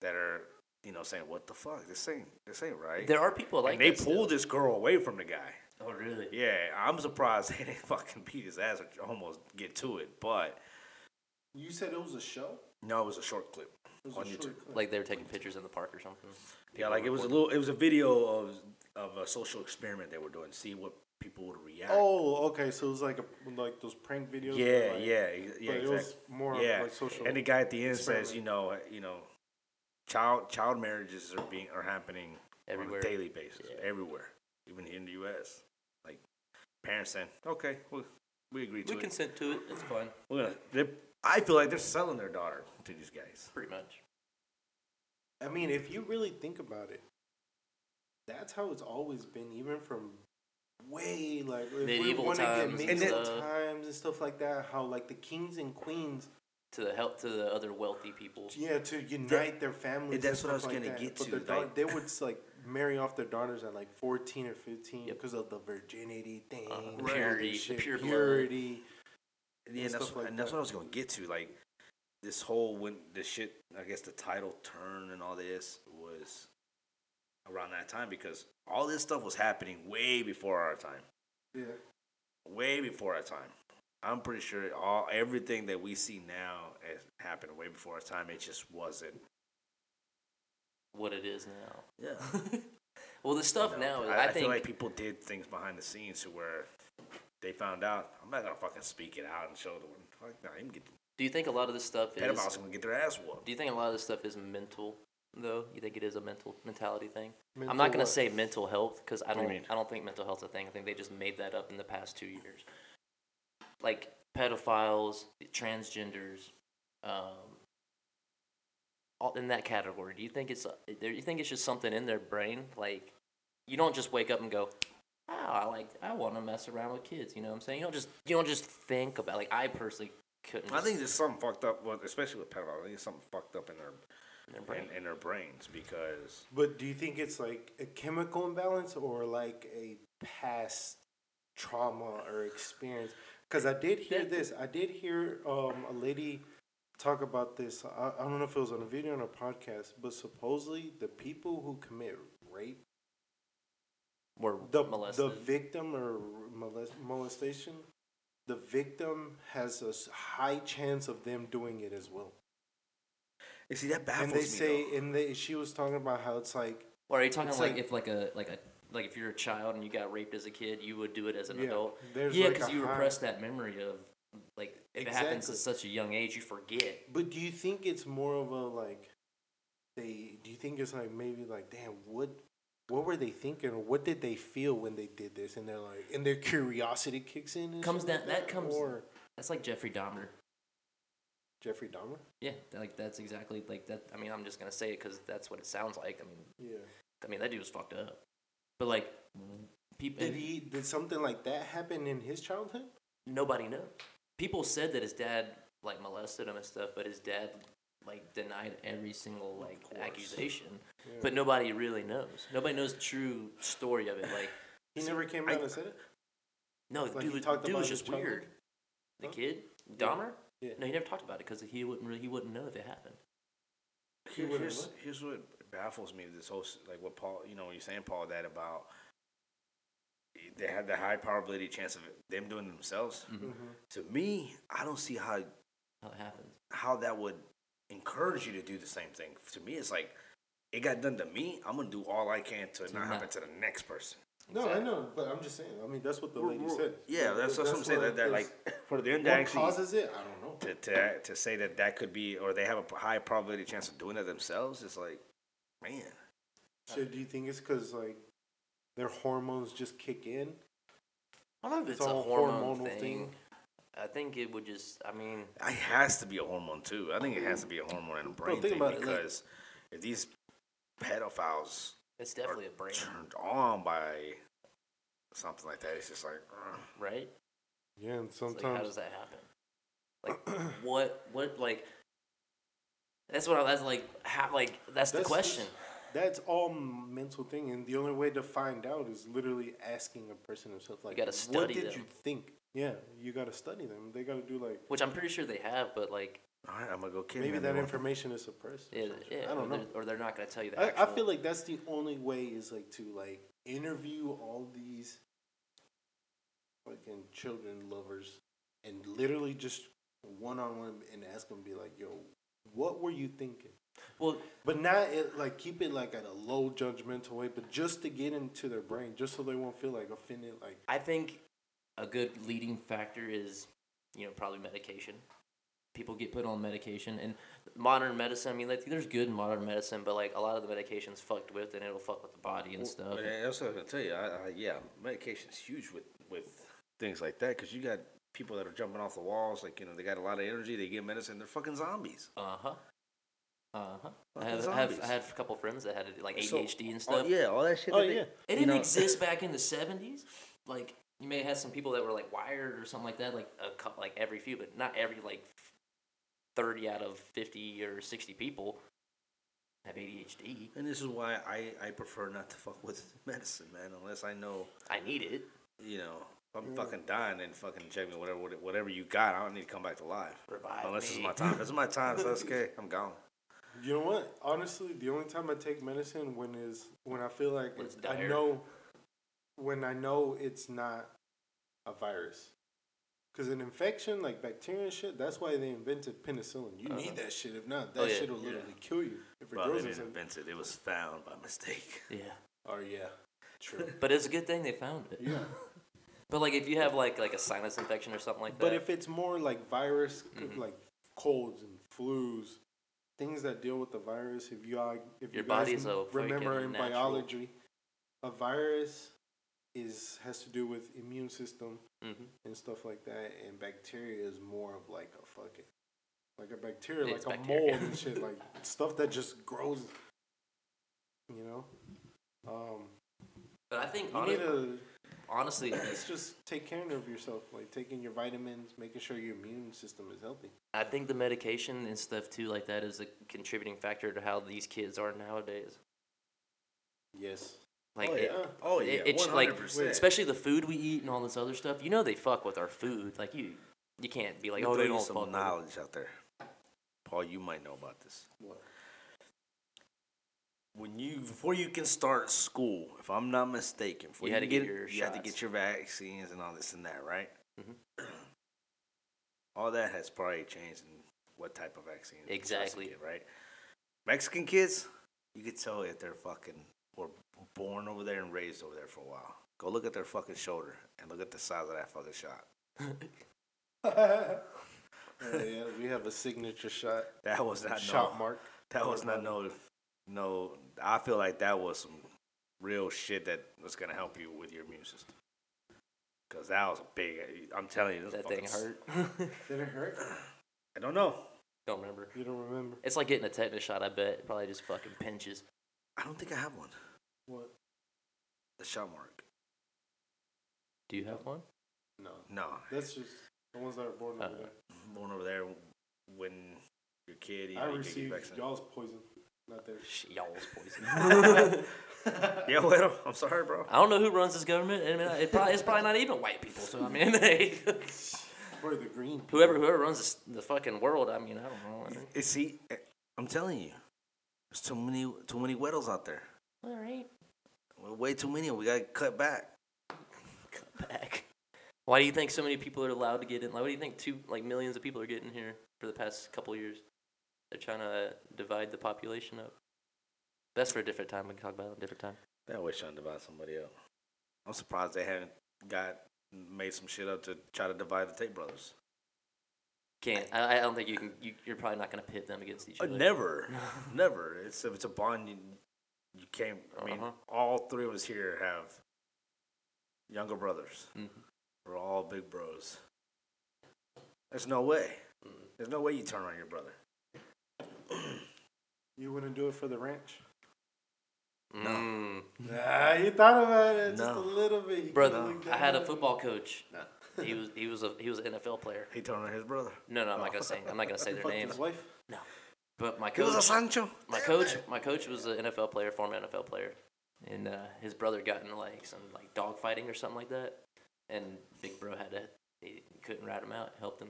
C: that are you know saying, "What the fuck? This ain't this ain't right."
B: There are people like
C: and they
B: that
C: pulled this girl away from the guy.
B: Still. Oh really?
C: Yeah, I'm surprised they didn't fucking beat his ass or almost get to it. But
A: You said it was a show?
C: no, it was a short clip
A: It was
C: on
A: a
C: YouTube.
A: short clip.
B: Like they were taking pictures in the park or something.
C: yeah, like it was a little. It was a video of of a social experiment they were doing, see what people would react.
A: Oh, okay. So it was like a, like those prank videos. where,
C: yeah, e-,
A: like,
C: yeah, ex- yeah,
A: but it
C: exactly.
A: was more of, like, social
C: And the guy at the end says,
A: experiment.
C: you know, you know, child child marriages are being are happening
B: Everywhere.
C: on a daily basis, everywhere, even here in the U.S. Like parents saying, okay, we we agree to
B: We
C: it.
B: consent to it. It's fun.
C: We're gonna, they're- I feel like they're selling their daughter to these guys.
B: Pretty much.
A: I mean, if you really think about it, that's how it's always been, even from way like if
B: Medieval
A: we want to get
B: times and
A: medieval
B: stuff.
A: times and stuff like that. How like the kings and queens,
B: To the help to the other wealthy people.
A: yeah, to unite their families.
C: and that's
A: and
C: what I
A: stuff
C: was
A: like
C: gonna
A: that.
C: get
A: But
C: to,
A: their daugh-
C: like-
A: they would like marry off their daughters at like fourteen or fifteen
B: Yep.
A: because of the virginity thing,
B: Uh-huh.
A: and all that
B: Purity,
A: shit,
B: pure blood.
A: purity.
C: Yeah,
A: and
C: and that's,
A: stuff like
C: and that's
A: that.
C: what I was gonna get to. Like this whole when the shit, I guess the title turn and all this was around that time because all this stuff was happening way before our time,
A: Yeah,
C: way before our time. I'm pretty sure all everything that we see now has happened way before our time. It just wasn't.
B: What it is now.
C: Yeah.
B: Well, the stuff now. Is,
C: I,
B: I,
C: I
B: think
C: feel like people did things behind the scenes to where they found out. I'm not gonna fucking speak it out and show the one. Fuck no, you can get
B: Do you think a lot of this stuff is?
C: pedophiles gonna get their ass whooped.
B: Do you think a lot of this stuff is mental? Though you think it is a mental mentality thing. I'm
A: Mental
B: not gonna
A: what?
B: say mental health because I
C: do
B: don't.
C: you mean?
B: I don't think mental health's a thing. I think they just made that up in the past two years. Like pedophiles, transgenders, um, all in that category. Do you think it's? uh, Do you think it's just something in their brain? Like you don't just wake up and go, "Oh, I like. I want to mess around with kids." You know what I'm saying? You don't just. You don't just think about. Like I personally couldn't.
C: I
B: just-
C: think there's something fucked up, well, especially with pedophiles. I think there's something fucked up in their
B: in their brain.
C: in, in their brains because
A: But do you think it's like a chemical imbalance or like a past trauma or experience? Because I did hear
B: That-
A: this. I did hear um, a lady talk about this. I, I don't know if it was on a video or a podcast, but supposedly the people who commit rape,
B: Were
A: the,
B: molested.
A: the victim or molest, molestation, the victim has a s- high chance of them doing it as well.
C: you see that baffles
A: And they
C: me.
A: say,
C: though.
A: and they, she was talking about how it's like
B: Or are you talking
A: It's
B: like,
A: like-
B: if like a like a like if you're a child and you got raped as a kid, you would do it as an
A: Yeah,
B: adult?
A: there's
B: yeah,
A: like
B: because
A: a
B: you
A: high-
B: repress that memory of like if it happens
A: Exactly.
B: at such a young age, you forget.
A: But do you think it's more of a like they do you think it's like maybe like damn what what were they thinking or what did they feel when they did this? And they're like, and their curiosity kicks in. and
B: Comes
A: shit like
B: down- that comes-
A: Or
B: That's like Jeffrey Dahmer.
A: Jeffrey Dahmer.
B: Yeah, that- like that's exactly like that. I mean, I'm just gonna say it because that's what it sounds like. I mean,
A: Yeah.
B: I mean that dude was fucked up. But like, people
A: Did he? Did something like that happen in his childhood?
B: nobody knows. People said that his dad like molested him and stuff, but his dad like denied every single like
A: course.
B: accusation. But nobody really knows. Nobody knows the true story of it. Like,
A: He never came
C: I-
A: out and said it.
B: no, the
A: Like,
B: dude,
A: he
B: was-
A: talked
B: dude
A: about
B: was
A: his
B: just
A: childhood?
B: weird. The
A: Huh?
B: kid Dahmer.
A: Yeah.
B: No, he never talked about it because he wouldn't really, he wouldn't know if it happened.
A: He would've
C: here's,
A: what?
C: here's what baffles me with this whole s- like what Paul you know when you're saying Paul that about they had the high probability chance of them doing it themselves.
A: Mm-hmm.
C: To me, I don't see how
B: How it happened.
C: how that would encourage you to do the same thing. To me, it's like it got done to me. I'm gonna do all I can to
B: To
C: not
B: not-
C: happen to the next person.
A: No, I
B: Exactly.
A: know, but I'm just saying. I mean, that's what the
C: We're-
A: lady
C: we're-
A: said.
C: Yeah, that's, that's what I'm saying. That, that
A: it
C: like
A: is.
C: for them to
A: what
C: actually
A: causes it? I don't know.
C: to, to to say that that could be or they have a p- high probability chance of doing it themselves. It's like, man,
A: So do you think it's because like their hormones just kick in?
B: I don't know if
A: It's
B: it's, a
A: all
B: hormone
A: hormonal
B: thing.
A: thing.
B: I think it would just. I mean,
C: it has to be a hormone too. I think it has to be a hormone and a brain
A: think
C: thing
A: about it, like-
C: because if these pedophiles
B: it's definitely a brain,
C: turned on by something like that, it's just like. ugh.
B: right?
A: Yeah, and
B: It's Like, how
A: sometimes
B: does that happen? Like, what? What? Like, that's what I. That's like. How? Like, that's, the
A: That's-
B: question.
A: that's all mental thing, and the only way to find out is literally asking a person himself. Like,
B: gotta
A: what
B: study
A: did
B: them.
A: you think? Yeah, you got to study them. They got to do like
B: Which I'm pretty sure they have, but like,
C: All right, I'm gonna go kill
A: maybe
C: him
A: that
C: anyway.
A: information is suppressed. or
B: yeah,
A: some shit.
B: yeah,
A: I don't
B: or
A: know.
B: They're, or they're not gonna tell you the
A: I, I
B: actual-
A: feel like that's the only way is like to like interview all these fucking children lovers and literally just one on one and ask them be like, yo, what were you thinking?
B: Well,
A: But not it like keep it like at a low judgmental way, but just to get into their brain, just so they won't feel like offended. Like
B: I think a good leading factor is, you know, probably medication. People get put on medication, and modern medicine. I mean, like, there's good in modern medicine, but like a lot of the medication's fucked with, and it'll fuck with the body and stuff.
C: But that's what I was gonna tell you. I, I, yeah, medication's huge with with things like that because you got people that are jumping off the walls. Like you know, they got a lot of energy. They get medicine. They're fucking zombies.
B: Uh huh. Uh huh. I
C: Fucking
B: have, I have I
C: zombies.
B: had a couple friends that had like
C: So,
B: ADHD and
C: all-
B: stuff.
C: yeah, all that shit.
A: Oh,
C: that they-
A: yeah.
B: It
C: you
B: didn't
C: know,
B: exist back in the seventies. Like you may have had some people that were like wired or something like that, like a couple, like every few, but not every like thirty out of fifty or sixty people have ADHD.
C: And this is why I I prefer not to fuck with medicine, man. Unless I know
B: I need it.
C: you know if I'm fucking dying and fucking check me whatever whatever you got. I don't need to come back to life.
B: Revive
C: Unless it's
B: me.
C: my time. If it's my time, so that's okay. I'm gone.
A: you know what? Honestly, the only time I take medicine when is when I feel like
B: When it's
A: it's- I
B: dire.
A: know when I know it's not a virus. Cause an infection, like bacteria and shit, that's why they invented penicillin. You
B: Uh-huh.
A: need that shit. If not, that
B: Oh, yeah.
A: shit will literally kill you. If it
C: Well,
A: grows
C: they didn't
A: inside.
C: invent it. It was found by mistake.
B: Yeah,
A: Oh yeah, true.
B: but it's a good thing they found it.
A: yeah.
B: But like if you have like like a sinus infection or something like that,
A: But if it's more like virus, c
B: Mm-hmm.
A: like colds and flus, things that deal with the virus, if you all- if
B: Your
A: you guys
B: body's a
A: remember
B: freaking
A: in
B: natural-
A: biology, a virus is has to do with immune system
B: Mhm.
A: and stuff like that, and bacteria is more of like a fucking like a bacteria,
B: It's
A: like
B: bacteria.
A: a mold and shit, like stuff that just grows. You know, um,
B: but I think
A: you
B: honest,
A: need to
B: honestly,
A: it's just take care of yourself, like taking your vitamins, making sure your immune system is healthy.
B: I think the medication and stuff too, like that, is a contributing factor to how these kids are nowadays.
A: Yes.
B: Like,
C: oh yeah.
B: it-
C: oh
B: it-
C: yeah.
B: it's
C: One
B: like,
C: hundred percent.
B: especially the food we eat and all this other stuff. You know they fuck with our food. Like you, you can't be like,
C: Let me
B: oh,
C: throw
B: they
C: you
B: don't
C: some
B: fuck. with it."
C: knowledge out there. Paul, you might know about this.
A: What?
C: When you before you can start school, if I'm not mistaken, before
B: You had
C: you,
B: to
C: get,
B: get your
C: you had to
B: shots.
C: get your vaccines and all this and that, right?
B: Mhm.
C: all that has probably changed in what type of vaccine you're supposed to
B: Exactly.
C: get, right? Mexican kids, you could tell if they're fucking were born over there and raised over there for a while. Go look at their fucking shoulder and look at the size of that fucking shot.
A: Oh, yeah, we have a signature shot.
C: That was not no-
A: shot mark.
C: That was not no, no. I feel like that was some real shit that was gonna help you with your immune system. Cause that was a big. I'm telling you, this
B: That
C: fucking
B: thing
C: s-
B: hurt.
A: Did it hurt?
C: I don't know.
B: Don't remember.
A: You don't remember
B: It's like getting a tetanus shot. I bet it probably just fucking pinches.
C: I don't think I have one.
A: what?
C: The shot mark.
B: Do you have one?
A: No,
C: No,
A: that's just the ones that were born over
B: Uh,
A: there.
C: one over there when your kid. You
A: I
C: know, you can get
A: received
C: vaccinated.
A: y'all's poison, not theirs.
B: Sh- Y'all's poison. I
C: Yeah, well, I'm sorry, bro.
B: don't know who runs this government. I mean, it probably, it's probably not even white people. So I mean, they,
A: Or the green. people.
B: whoever whoever runs this, the fucking world. I mean, I don't know. I mean,
C: You Eh, see, I'm telling you, there's too many, too many weddles out there.
B: all right,
C: Way too many. We gotta cut back.
B: cut back. Why do you think so many people are allowed to get in? Like, what do you think two like millions of people are getting here for the past couple years? They're trying to divide the population up. That's for a different time. We can talk about it a different time.
C: They're always trying to divide somebody up. I'm surprised they haven't got made some shit up to try to divide the Tate brothers.
B: Can't. I, I don't think you can. You, you're probably not going to pit them against each
C: Uh,
B: other.
C: never, never. It's a, it's a bond you, you came. I mean,
B: Uh-huh.
C: all three of us here have younger brothers.
B: Mhm.
C: We're all big bros. There's no way.
B: Mm.
C: There's no way you turn on your brother.
A: You wouldn't do it for the ranch.
B: Mm.
A: Nah, you thought about it just a
C: No.
A: little bit. You
B: Brother,
A: kinda looked
B: I had
A: at
B: a
A: it.
B: football coach. He was he was a he was an NFL player.
C: He turned on his brother.
B: No, no, I'm not gonna say I'm not gonna say their
A: Fucked
B: names.
A: his wife.
B: But my
C: It was a
B: coach,
C: Sancho.
B: my
C: Damn
B: coach,
C: it.
B: my coach was an NFL player, former NFL player, and uh, his brother got into like some like dog fighting or something like that, and Big Bro had to he couldn't ride him out, helped him,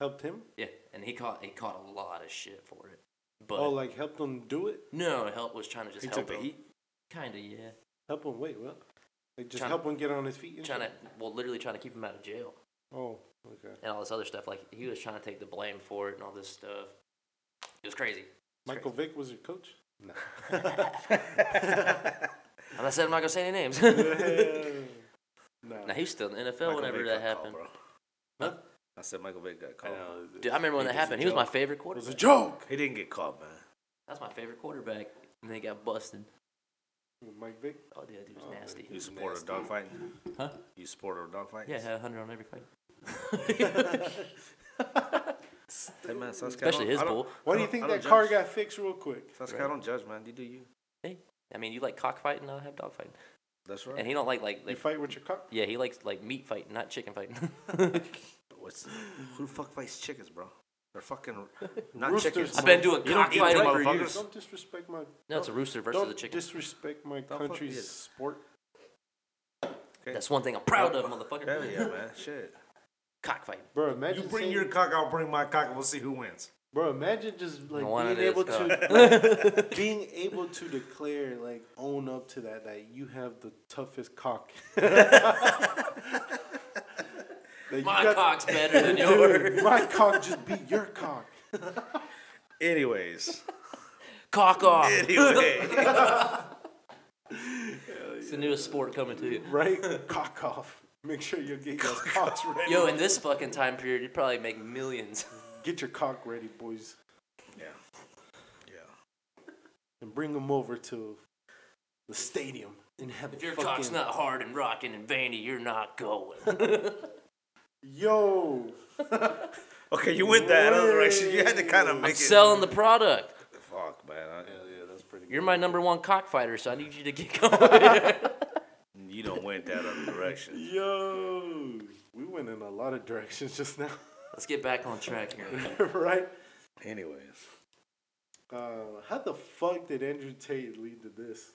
A: Helped him?
B: yeah, and he caught he caught a lot of shit for it. But
A: oh, like helped him do it?
B: no, help was trying to just
C: He
B: help
C: took the
B: him.
C: heat.
B: Kind of, yeah.
A: Help him? Wait, what? Like just
B: Tryna-
A: help him get on his feet? and
B: Trying to,
A: shit?
B: well, literally trying to keep him out of jail.
A: Oh, okay.
B: and all this other stuff. Like he was trying to take the blame for it and all this stuff. It was crazy.
A: Michael Vick was your coach? No.
B: And I said I'm not gonna say any names.
A: no.
B: now he's still in the NFL
C: Michael
B: whenever
C: Vick
B: that
C: got called,
B: happened.
C: bro.
B: Huh?
C: I said Michael Vick got
A: I
C: called.
A: know.
B: Dude, I remember when
C: He
B: that
C: was a
B: happened. He was my
C: joke.
B: favorite
A: It was a
B: quarterback.
A: joke.
C: He didn't get caught, man.
B: That's my favorite quarterback. And they got busted.
A: Mike Vick?
B: Oh, dude, he was
A: Oh, man.
B: nasty.
C: You supported a
A: Nasty.
C: dog fight?
B: Huh?
C: You supported a dog fight?
B: Yeah, had 100 on every fight.
C: Hey man, Suska,
B: Especially his bull.
A: Why do you think that car got fixed real quick?
C: Suska, I don't judge, man. You do you.
B: Hey, I mean, you like cockfighting, I have dog fighting.
C: That's
B: And
C: right.
B: he don't like like,
A: You
B: like
A: fight with your cock?
B: yeah, he likes like meat fighting, not chicken fighting.
C: What's, who the fuck fights chickens, bro? They're fucking not
A: Roosters.
C: chickens.
B: I've been doing
C: You don't eat
B: cockfighting,
C: bread for
B: motherfuckers.
C: years.
A: Don't disrespect my.
B: no, it's a rooster versus a
A: Don't
B: chicken.
A: disrespect my
C: fuck
A: country's
C: is it?
A: sport.
C: Okay.
B: That's one thing I'm proud of, motherfucker.
C: Hell yeah, man. Shit.
B: Cockfighting.
A: Bro, imagine saying-
C: cock, I'll bring my cock, and we'll see who wins.
A: Bro, imagine just like
B: one
A: being
B: it is,
A: able to like, being able to declare like own up to that that you have the toughest cock. Like, you
B: My
A: got-
B: cock's better than yours.
A: Dude, my cock just beat your cock.
C: Anyways.
B: Cock off.
C: Anyway.
B: It's the newest sport coming to you.
A: Right? cock off. Make sure you get your cocks ready.
B: Yo, in this fucking time period, you'd probably make millions.
A: Get your cock ready, boys.
C: yeah. Yeah.
A: And bring them over to the stadium and have
B: If
A: a
B: your
A: fucking,
B: cock's not hard and rocking and veiny, you're not going.
A: Yo.
C: Okay, you went that other direction. You had to kind of make
B: I'm
C: it.
B: selling the product.
C: Fuck, man. I, yeah, that's pretty
B: You're my number one cockfighter, so I need you to get going.
C: You don't went that other direction.
A: Yo. We went in a lot of directions just now.
B: Let's get back on track here.
A: right?
C: Anyways.
A: Uh, how the fuck did Andrew Tate lead to this?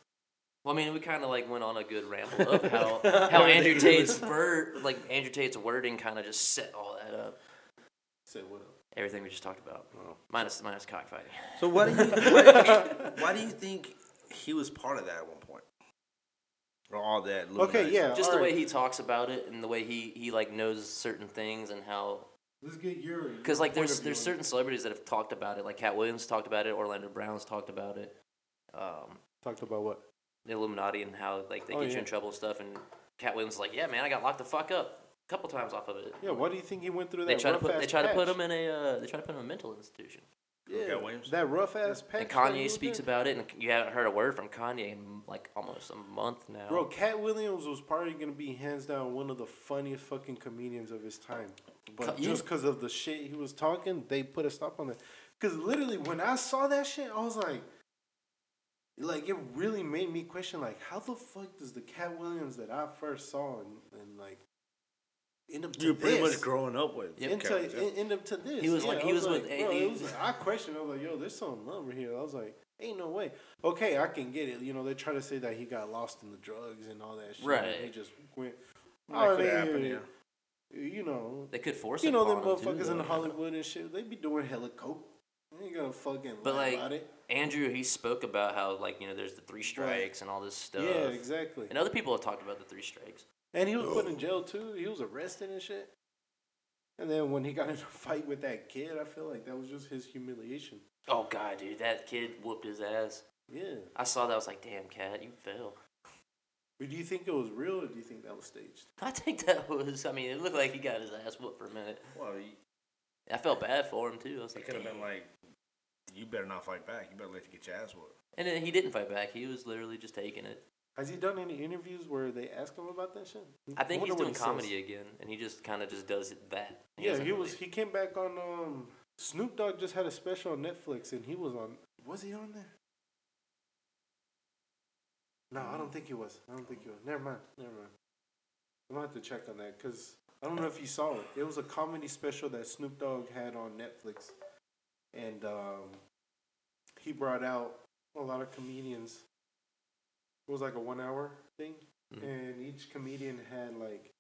B: Well, I mean, we kind of like went on a good ramble of how, how Andrew Tate's ver- like Andrew Tate's wording kind of just set all that up.
A: Say what?
B: Everything we just talked about, minus minus cockfighting.
C: So why do you why, why do you think he was part of that at one point? Or all that.
A: Okay,
C: Illuminati
A: yeah.
B: just the
A: alright.
B: way he talks about it and the way he, he like knows certain things and how
A: Let's get your.
B: because like
A: your
B: there's
A: point of
B: there's
A: view on
B: certain celebrities that have talked about it like Cat Williams talked about it Orlando Brown's talked about it um,
A: it. Talked about what?
B: the Illuminati and how like they
A: Oh,
B: get you
A: yeah.
B: in trouble and stuff and Cat Williams is like yeah man I got locked the fuck up a couple times off of it
A: Yeah, why do you think he went through that?
B: they try to
A: rough
B: put they
A: ass
B: try to put
A: patch?
B: him in a uh, they try to put him in a mental institution
C: Yeah, Williams.
A: That rough ass patch.
B: And
A: that
B: Kanye
A: was
B: speaks
A: there.
B: about it, and you haven't heard a word from Kanye in like almost a month now.
A: Bro, Cat Williams was probably gonna be hands down one of the funniest fucking comedians of his time. But
B: Cut-
A: just because of the shit he was talking, they put a stop on it. Cause literally, when I saw that shit, I was like, like it really made me question, like, how the fuck does the Cat Williams that I first saw and, and like end up to
C: You're pretty
A: this?
C: much growing up with.
B: Yep.
A: into,
C: characters, yeah.
A: en- end up to this.
B: He was
A: Yeah,
B: like-
A: I
B: he was with
A: like,
B: A-
A: bro,
B: he-
A: it was like- I questioned. I was like, yo, there's something over here. I was like, ain't no way. Okay, I can get it. You know, they try to say that he got lost in the drugs and all that shit. and
B: Right.
A: He just went.
C: That
A: I
C: could
A: mean,
C: happen, yeah.
A: You know,
B: They could force
A: you
B: it
A: know them
B: upon him, too,
A: motherfuckers in
B: though.
A: Hollywood and shit. They be doing hella coke. They ain't gonna fucking
B: But
A: lie
B: like
A: about it.
B: Andrew, he spoke about how like you know there's the three strikes and all this stuff.
A: Yeah, exactly.
B: And other people have talked about the three strikes.
A: And he was put in jail too. He was arrested and shit. And then when he got in a fight with that kid, I feel like that was just his humiliation.
B: Oh god, dude, that kid whooped his ass.
A: Yeah.
B: I saw that. I was like, damn, cat, you fell.
A: But do you think it was real or do you think that was staged?
B: I think that was. I mean, it looked like he got his ass whooped for a minute.
C: Well, he,
B: I felt bad for him too. I was
C: he
B: like,
C: could have been
B: damn.
C: like, you better not fight back. You better let you get your ass whooped.
B: And then he didn't fight back. He was literally just taking it.
A: Has he done any interviews where they ask him about that shit?
B: I think
A: wonder what
B: he's doing
A: he says.
B: comedy again, and he just kind of just does it that.
A: yeah,
B: doesn't
A: he was.
B: really-
A: He came back on. Um, Snoop Dogg just had a special on Netflix, and he was on. Was he on there? No, I don't think he was. I don't think he was. Never mind. Never mind. I'm gonna have to check on that because I don't know if you saw it. It was a comedy special that Snoop Dogg had on Netflix, and um, he brought out a lot of comedians. It was like a one-hour thing,
B: Mhm.
A: and each comedian had like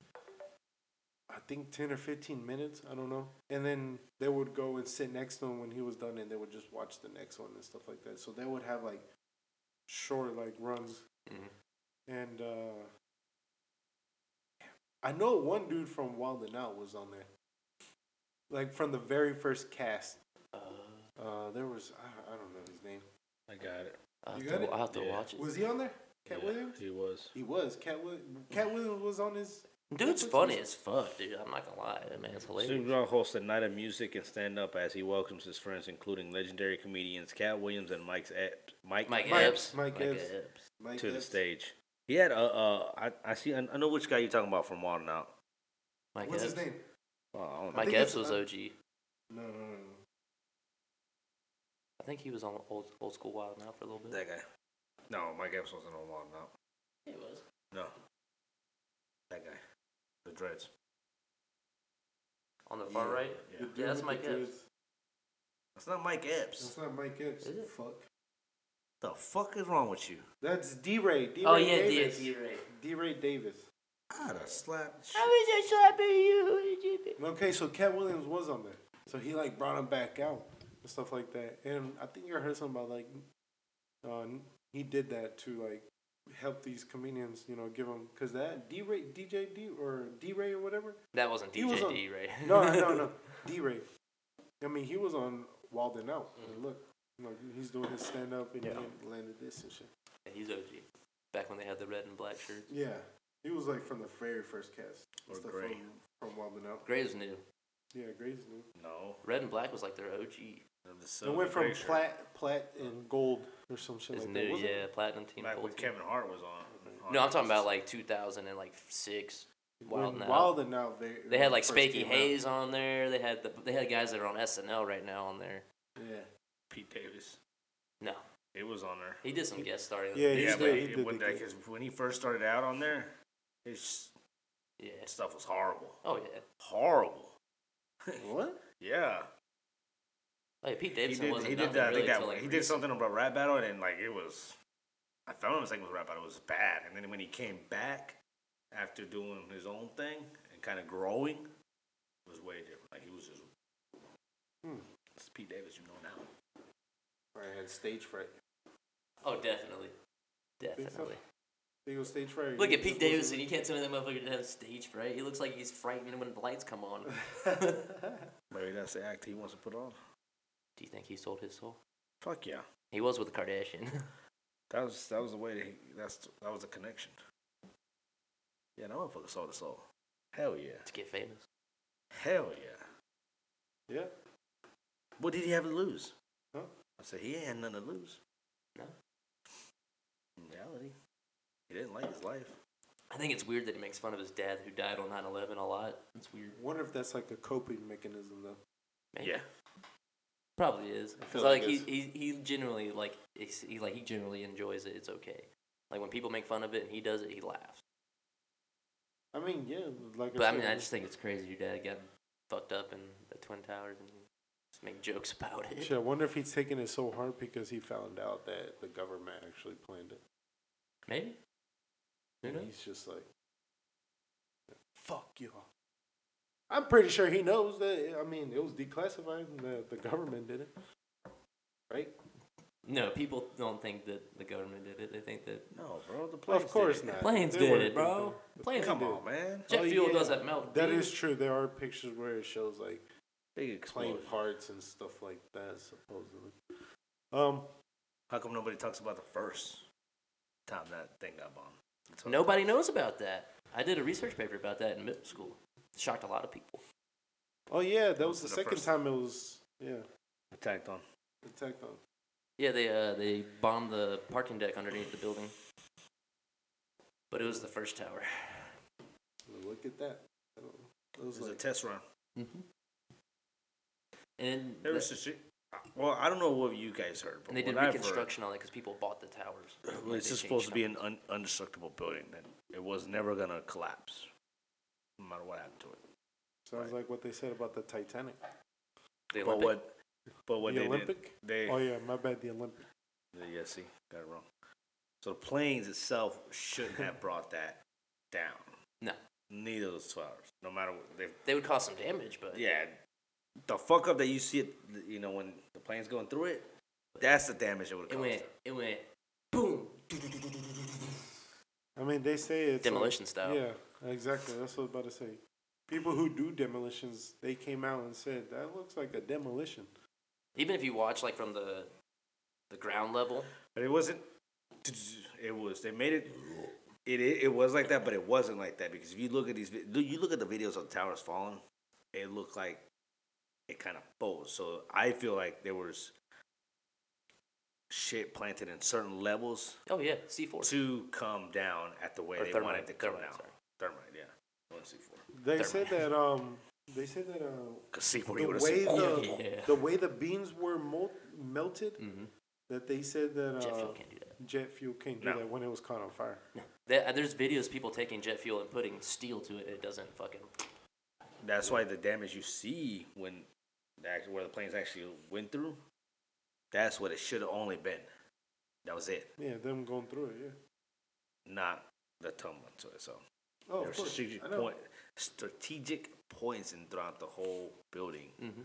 A: I think 10 or 15 minutes. I don't know. And then they would go and sit next to him when he was done and they would just watch the next one and stuff like that. So they would have like short like runs.
B: Mhm.
A: And uh I know one dude from Wild and Out was on there. Like from the very first cast.
B: Uh,
A: Uh there was I, I don't know his name.
C: I got it.
B: I have
A: You got
B: to,
A: it?
B: I have to
C: Yeah.
B: watch it.
A: Was he on there? Cat Williams?
C: He was.
A: He was. Cat Wi- Cat Williams was on his
B: Dude's
A: Netflix
B: funny
A: was-
B: as fuck, dude. I'm not gonna lie, that man's hilarious.
C: Snoop Dogg hosts a night of music and stand up as he welcomes his friends, including legendary comedians Cat Williams and Mike's Ep- Mike,
B: Mike,
A: Mike-
B: Epps.
A: Mike Epps. Mike
C: to the
A: Epps.
C: stage. He had a. Uh, I, I see. I, I know which guy you're talking about from Wild 'N Out.
B: Mike
A: What's
B: Epps.
A: his name?
C: Oh, I don't know.
B: Mike
A: think
B: Epps
A: it's- uh,
B: was
A: I-
B: OG.
A: No, no, no, no.
B: I think he was on old old school Wild Now for a little bit.
C: That guy. No, Mike Epps wasn't on Wild 'N Out.
B: He was.
C: No. That guy. The dreads.
B: On the far
A: Yeah.
B: right.
A: The
C: Yeah.
A: dude
B: that's
A: with
B: Mike
A: the
B: Epps.
A: dreads.
C: That's not Mike Epps.
A: That's not Mike Epps.
B: Is it?
A: Fuck.
C: The fuck is wrong with you?
A: That's D Ray. D Ray
B: Oh yeah, D-
A: Davis.
B: D Ray.
A: D Ray Davis.
C: I'd have slapped.
B: I was just slapping you.
A: Okay, so Cat Williams was on there. So he like brought him back out and stuff like that. And I think I heard something about like uh, he did that to like help these comedians, you know, give them because that D Ray DJ D or D Ray or whatever.
B: That wasn't
A: He was
B: DJ
A: on-
B: D Ray.
A: No, no, no, no. D Ray. I mean, he was on Wild and Out. And look, you know, he's doing his stand up and
B: Mm-hmm. Yeah.
A: he landed this and shit.
B: Yeah, he's OG. Back when they had the red and black shirts.
A: Yeah, he was like from the very first cast.
B: Oh,
C: Or
A: Stuff
C: Grey.
A: From, from Wild and Out.
B: Gray's new.
A: Yeah, Gray's new.
C: No.
B: Red and black was like their OG.
A: it went from plat, plat, and gold or some shit
B: It's
A: like that.
B: new,
A: wasn't
B: yeah,
A: it?
B: platinum team.
C: Back
B: gold
C: when
B: team.
C: Kevin Hart was on. on
B: No, I'm talking
C: this.
B: about like 2000 and like six.
A: When
B: Wild now.
A: Wild and Out. They,
B: They had like
A: first
B: Spanky
A: came out.
B: Hayes on there. They had the they had guys that are on SNL right now on there.
A: Yeah,
C: Pete Davis.
B: No,
C: It was on there.
B: he did some guest starring.
A: Yeah, he
C: Yeah,
A: did-
C: but
A: he did
C: it, when,
A: the
C: that,
A: gig.
C: cause when he first started out on there, his
B: yeah.
C: stuff was horrible.
B: Oh yeah.
C: Horrible.
A: what?
C: Yeah.
B: Oh, yeah, Pete
C: he
B: Davidson
C: did,
B: wasn't
C: he did
B: nothing
C: that,
B: really
C: I think that
B: till,
C: one.
B: like,
C: he did
B: recent-
C: something about rap battle and then, like it was I found him saying it was rap battle, it was bad. And then when he came back after doing his own thing and kind of growing, it was way different. Like he was just
A: Hmm.
C: it's Pete Davis, you know now.
A: I had stage fright.
B: Oh, definitely,
A: so?
B: definitely.
A: They go stage fright.
B: Look
A: He
B: at
A: just
B: Pete
A: wasn't-
B: Davidson. You can't tell me that motherfucker didn't have stage fright. He looks like he's frightened when the lights come on.
C: Maybe that's the act he wants to put on.
B: Do you think he sold his soul?
C: Fuck yeah.
B: He was with the Kardashian.
C: That was that was the way that he, that's that was the connection. Yeah, that motherfucker sold us all. Hell yeah.
B: to get famous.
C: Hell yeah.
A: Yeah,
C: What did he have to lose?
A: Huh?
C: I said he had nothing to lose.
B: No.
C: In reality, he didn't like his life.
B: I think it's weird that he makes fun of his dad who died on 9 11 a lot. It's weird.
A: Wonder if that's like a coping mechanism though.
B: Maybe. Probably is.
A: feel
B: Because
A: like
B: like,
A: it
B: he,
A: is.
B: he he generally like he's- he like he generally enjoys it. It's okay. Like when people make fun of it and he does it, he laughs.
A: I mean, yeah, like.
B: But I mean,
A: said,
B: I just think it's crazy. Your dad got fucked up in the twin towers and you just make jokes about it.
A: Shit, I wonder if he's taking it so hard because he found out that the government actually planned it.
B: Maybe. Who
A: And
B: knows?
A: he's just like, fuck you. all." I'm pretty sure he knows that. I mean, it was declassified. and The, the government did it. Right?
B: No, people don't think that the government did it. They think that
C: No, bro. The planes
A: Of course
C: did.
A: not.
B: planes
A: They
B: did
A: weren't
B: it, bro.
A: thinking-
B: Planes.
C: Come
A: They did.
C: on, man.
B: Jet
A: Oh,
B: fuel
A: yeah.
B: doesn't melt.
A: That
B: dude.
A: is true. There are pictures where it shows like
C: Big
A: plane
C: explosion.
A: parts and stuff like that, supposedly. Um,
C: How come nobody talks about the first time that thing got bombed? That's what-
B: Nobody knows about that. I did a research paper about that in middle school. Shocked a lot of people.
A: oh yeah, that was
C: Those
A: the
C: are the
A: second
C: first-
A: time it was yeah
C: attacked on.
A: attacked on.
B: Yeah, they uh, they bombed the parking deck underneath the building. But it was the first tower.
A: Well, Look at that. I don't know. It
C: It
A: was
C: was a
A: like
C: test run.
B: And
C: There Mm-hmm. was just, well, I don't know what you guys heard, but
B: and they did
C: what I've heard-
B: reconstruction on it because people bought the towers.
C: Well, it's just supposed to be an un- indestructible building. That it was never gonna collapse, no matter what happened to it.
A: sounds like what they said about the Titanic.
B: The
C: But
B: Olympic,
C: what? But what
A: the
C: they
A: Olympic.
C: did? They
A: Oh yeah, my bad. The Olympic.
C: yeah, see, got it wrong. So the planes itself shouldn't have brought that down.
B: No.
C: Neither of those towers, no matter what. They,
B: They would cause some damage, but
C: yeah, the fuck up that you see it, you know, when the plane's going through it, that's the damage it would
B: it
C: have
B: went
C: caused.
B: it went boom
A: I mean, they say it's
B: demolition style.
A: Yeah, exactly. That's what I was about to say. People who do demolitions, they came out and said that looks like a demolition.
B: Even if you watch like from the the ground level,
C: But it wasn't. It was. They made it. It it it was like that, but it wasn't like that because if you look at these, vi- you look at the videos of the towers falling, it looked like it kind of folds. So I feel like there was shit planted in certain levels
B: oh yeah, C four.
C: to come down at the way
B: Or
C: they
B: thermite,
C: wanted to come
B: thermite,
C: down.
B: sorry.
C: Thermite, yeah. I want to see four.
A: They
B: They're
A: said that um, they said that uh,
C: Cause C four,
A: the
C: you would have
A: way
C: seen.
A: the
B: Yeah.
A: the way the beams were mol- melted,
B: Mm-hmm.
A: that they said that uh,
B: Jet fuel can't do that.
A: jet fuel can't do
C: No.
A: that when it was caught on fire.
B: That, there's videos of people taking jet fuel and putting steel to it, and it doesn't fucking.
C: That's why the damage you see when the act- where the planes actually went through, that's what it should have only been. That was it.
A: Yeah, them going through it. Yeah.
C: not the tumble to it. So
A: Oh,
C: there
A: of
C: were
A: course.
C: strategic
A: I know.
C: point, strategic points in throughout the whole building.
B: Because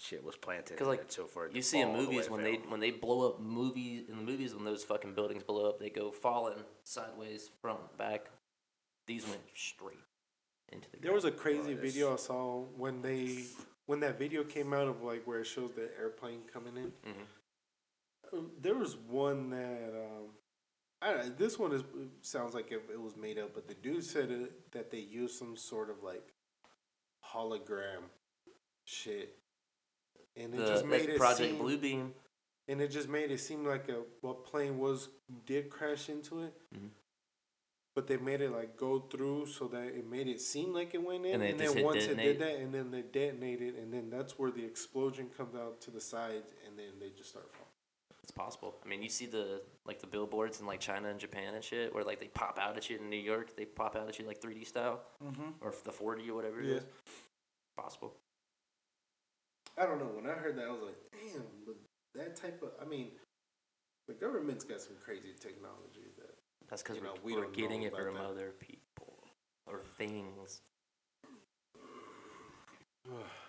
C: Shit was planted.
B: Mm-hmm. 'Cause,
C: in
B: like,
C: it, so for it to
B: you see in
C: fall the way
B: movies
C: it
B: when they
C: fell.
B: when they blow up movies in the movies when those fucking buildings blow up, they go falling sideways, front, back. These went straight into the.
A: There was a
B: ground.
A: crazy
C: Yes.
A: video I saw when they when that video came out of like where it shows the airplane coming in.
B: Mhm. Mm-hmm.
A: Um, There was one that um, I don't, this one is sounds like it, it was made up, but the dude said it, that they used some sort of like hologram shit, and it
B: The,
A: just
B: that
A: made it
B: Project
A: seem,
B: Bluebeam.
A: and it just made it seem like a what plane was did crash into it.
B: Mhm.
A: But they made it like go through so that it made it seem like it went in,
B: And
A: and,
B: then it just
A: then
B: hit
A: once it
B: detonate.
A: did that, and then they detonated, and then that's where the explosion comes out to the sides, and then they just start falling.
B: It's possible. I mean, you see the like the billboards in like China and Japan and shit, where like they pop out at you in New York, they pop out at you like 3D style
A: Mm-hmm.
B: or the 4D or whatever
A: Yeah.
B: it is. Possible.
A: I don't know. When I heard that, I was like, damn, but that type of I mean, the government's got some crazy technology that
B: That's because
A: You
B: we're,
A: know, we
B: we are we are
A: don't know
B: getting it
A: about
B: from
A: that.
B: other people or things.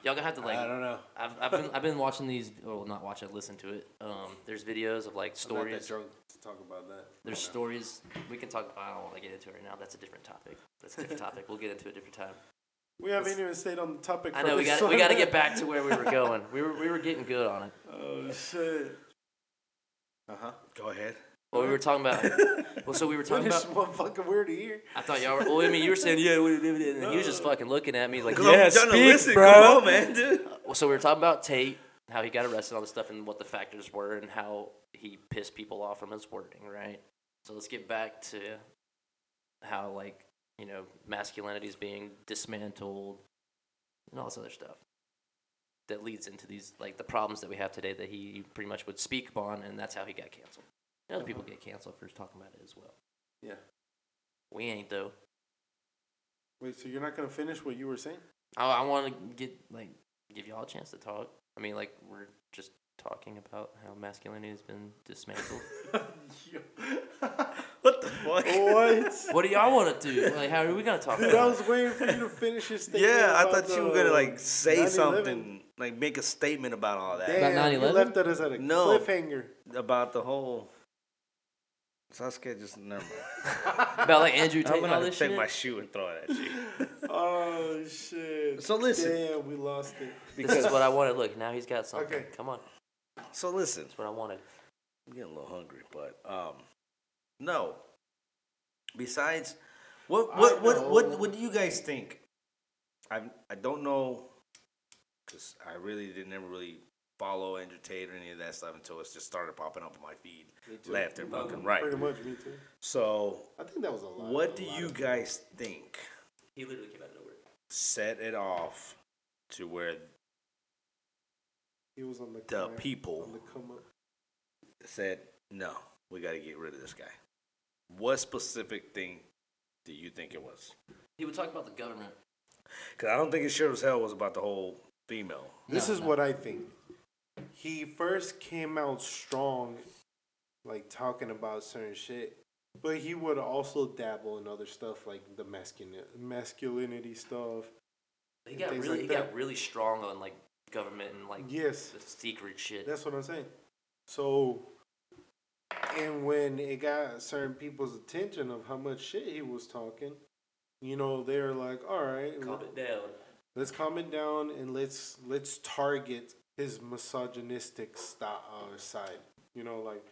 B: Y'all gonna have to like.
A: I don't know.
B: I've, I've been I've been watching these. Or not watch. I listen to it. Um, there's videos of like
A: I'm not that
B: stories.
A: drunk to talk about that.
B: There's
A: Right now.
B: stories we can talk about. I don't want to get into it right now. That's a different topic. That's a different topic. We'll get into it a different time.
A: We haven't even stayed on the topic.
B: I
A: for
B: know we
A: this
B: got we got to
A: one.
B: get back to where we were going. We were we were getting good on it.
A: Oh shit. Uh huh.
C: go ahead.
B: Well, we were talking about. Well, so we were talking about.
A: one fucking weird ear.
B: I thought y'all were. Well, I mean, you were saying yeah. What, what, what, and he was just fucking looking at me like
C: I'm
B: yeah,
C: trying to
B: speak,
C: listen,
B: bro.
C: Come on, man, dude.
B: Well, so we were talking about Tate, how he got arrested, and all this stuff, and what the factors were, and how he pissed people off from his wording, right? So let's get back to how, like, you know, masculinity is being dismantled and all this other stuff that leads into these, like, the problems that we have today that he pretty much would speak upon, and that's how he got canceled. And other people get canceled for talking about it as well.
A: Yeah.
B: We ain't, though.
A: Wait, so you're not gonna finish what you were saying?
B: I, I want to get like give y'all a chance to talk. I mean, like we're just talking about how masculinity has been dismantled.
C: What the fuck?
A: what?
B: what do y'all want to do? Like, how are we gonna talk
A: Dude, I
B: about? it?
A: was waiting for you to finish your statement.
C: Yeah, I
A: about
C: thought you were gonna
A: the
C: like say
A: 9/11.
C: something, like make a statement about all that,
A: Damn,
B: About
A: you
B: 9/11?
A: left that as a
C: No.
A: cliffhanger.
C: about the whole. Sasuke just never. mind.
B: About like Andrew
C: I'm
B: Tate and all
C: gonna
B: this
C: take
B: shit.
C: my shoe and throw it at you.
A: Oh shit!
C: So listen.
A: Damn, we lost it.
B: this is what I wanted. Look, now he's got something.
A: Okay.
B: Come on,
C: So listen,
B: that's what I wanted.
C: I'm getting a little hungry, but um, no. Besides, what
A: I
C: what what,
A: know.
C: what what do you guys think? I I don't know, cause I really didn't ever really follow Andrew Tate or any of that stuff until it just started popping up on my feed, left and fucking right.
A: Pretty much, me too.
C: So,
A: I think that was a lot.
C: what
A: a
C: do
A: lot
C: you
A: of-
C: guys think?
B: He literally came out of nowhere.
C: Set it off to where
A: He was on the
C: the
A: come-
C: people
A: on the come up.
C: said, "No, we got to get rid of this guy." What specific thing do you think it was?
B: He would talk about the government.
C: Because I don't think it sure as hell was about the whole female.
A: This
B: No,
A: is
B: no.
A: what I think. He first came out strong, like talking about certain shit, but he would also dabble in other stuff like the masculinity, masculinity stuff.
B: He got
A: Things
B: really, he
A: like
B: got
A: that.
B: really strong on like government and like
A: Yes,
B: the secret shit.
A: that's what I'm saying. So, and when it got certain people's attention of how much shit he was talking, you know, they were like, "All right,
B: Calm it down.
A: let's calm it down and let's let's target his misogynistic sti- uh, side. You know, like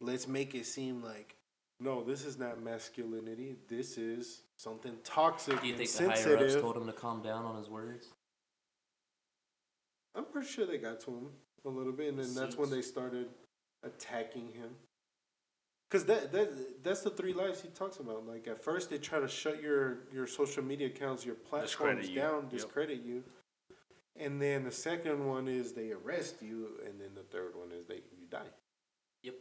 A: let's make it seem like no, this is not masculinity. This is something toxic
B: Do you
A: and
B: think the higher ups
A: sensitive.
B: told him to calm down on his words?
A: Oh. I'm pretty sure they got to him a little bit, and then that's when they
B: Seems-
A: started attacking him. Cause that that that's the three lives he talks about. Like at first they try to shut your your social media accounts, your platforms
C: Discredit you.
A: down,
C: Yep.
A: discredit you, and then the second one is they arrest you, and then the third one is they you die.
B: Yep.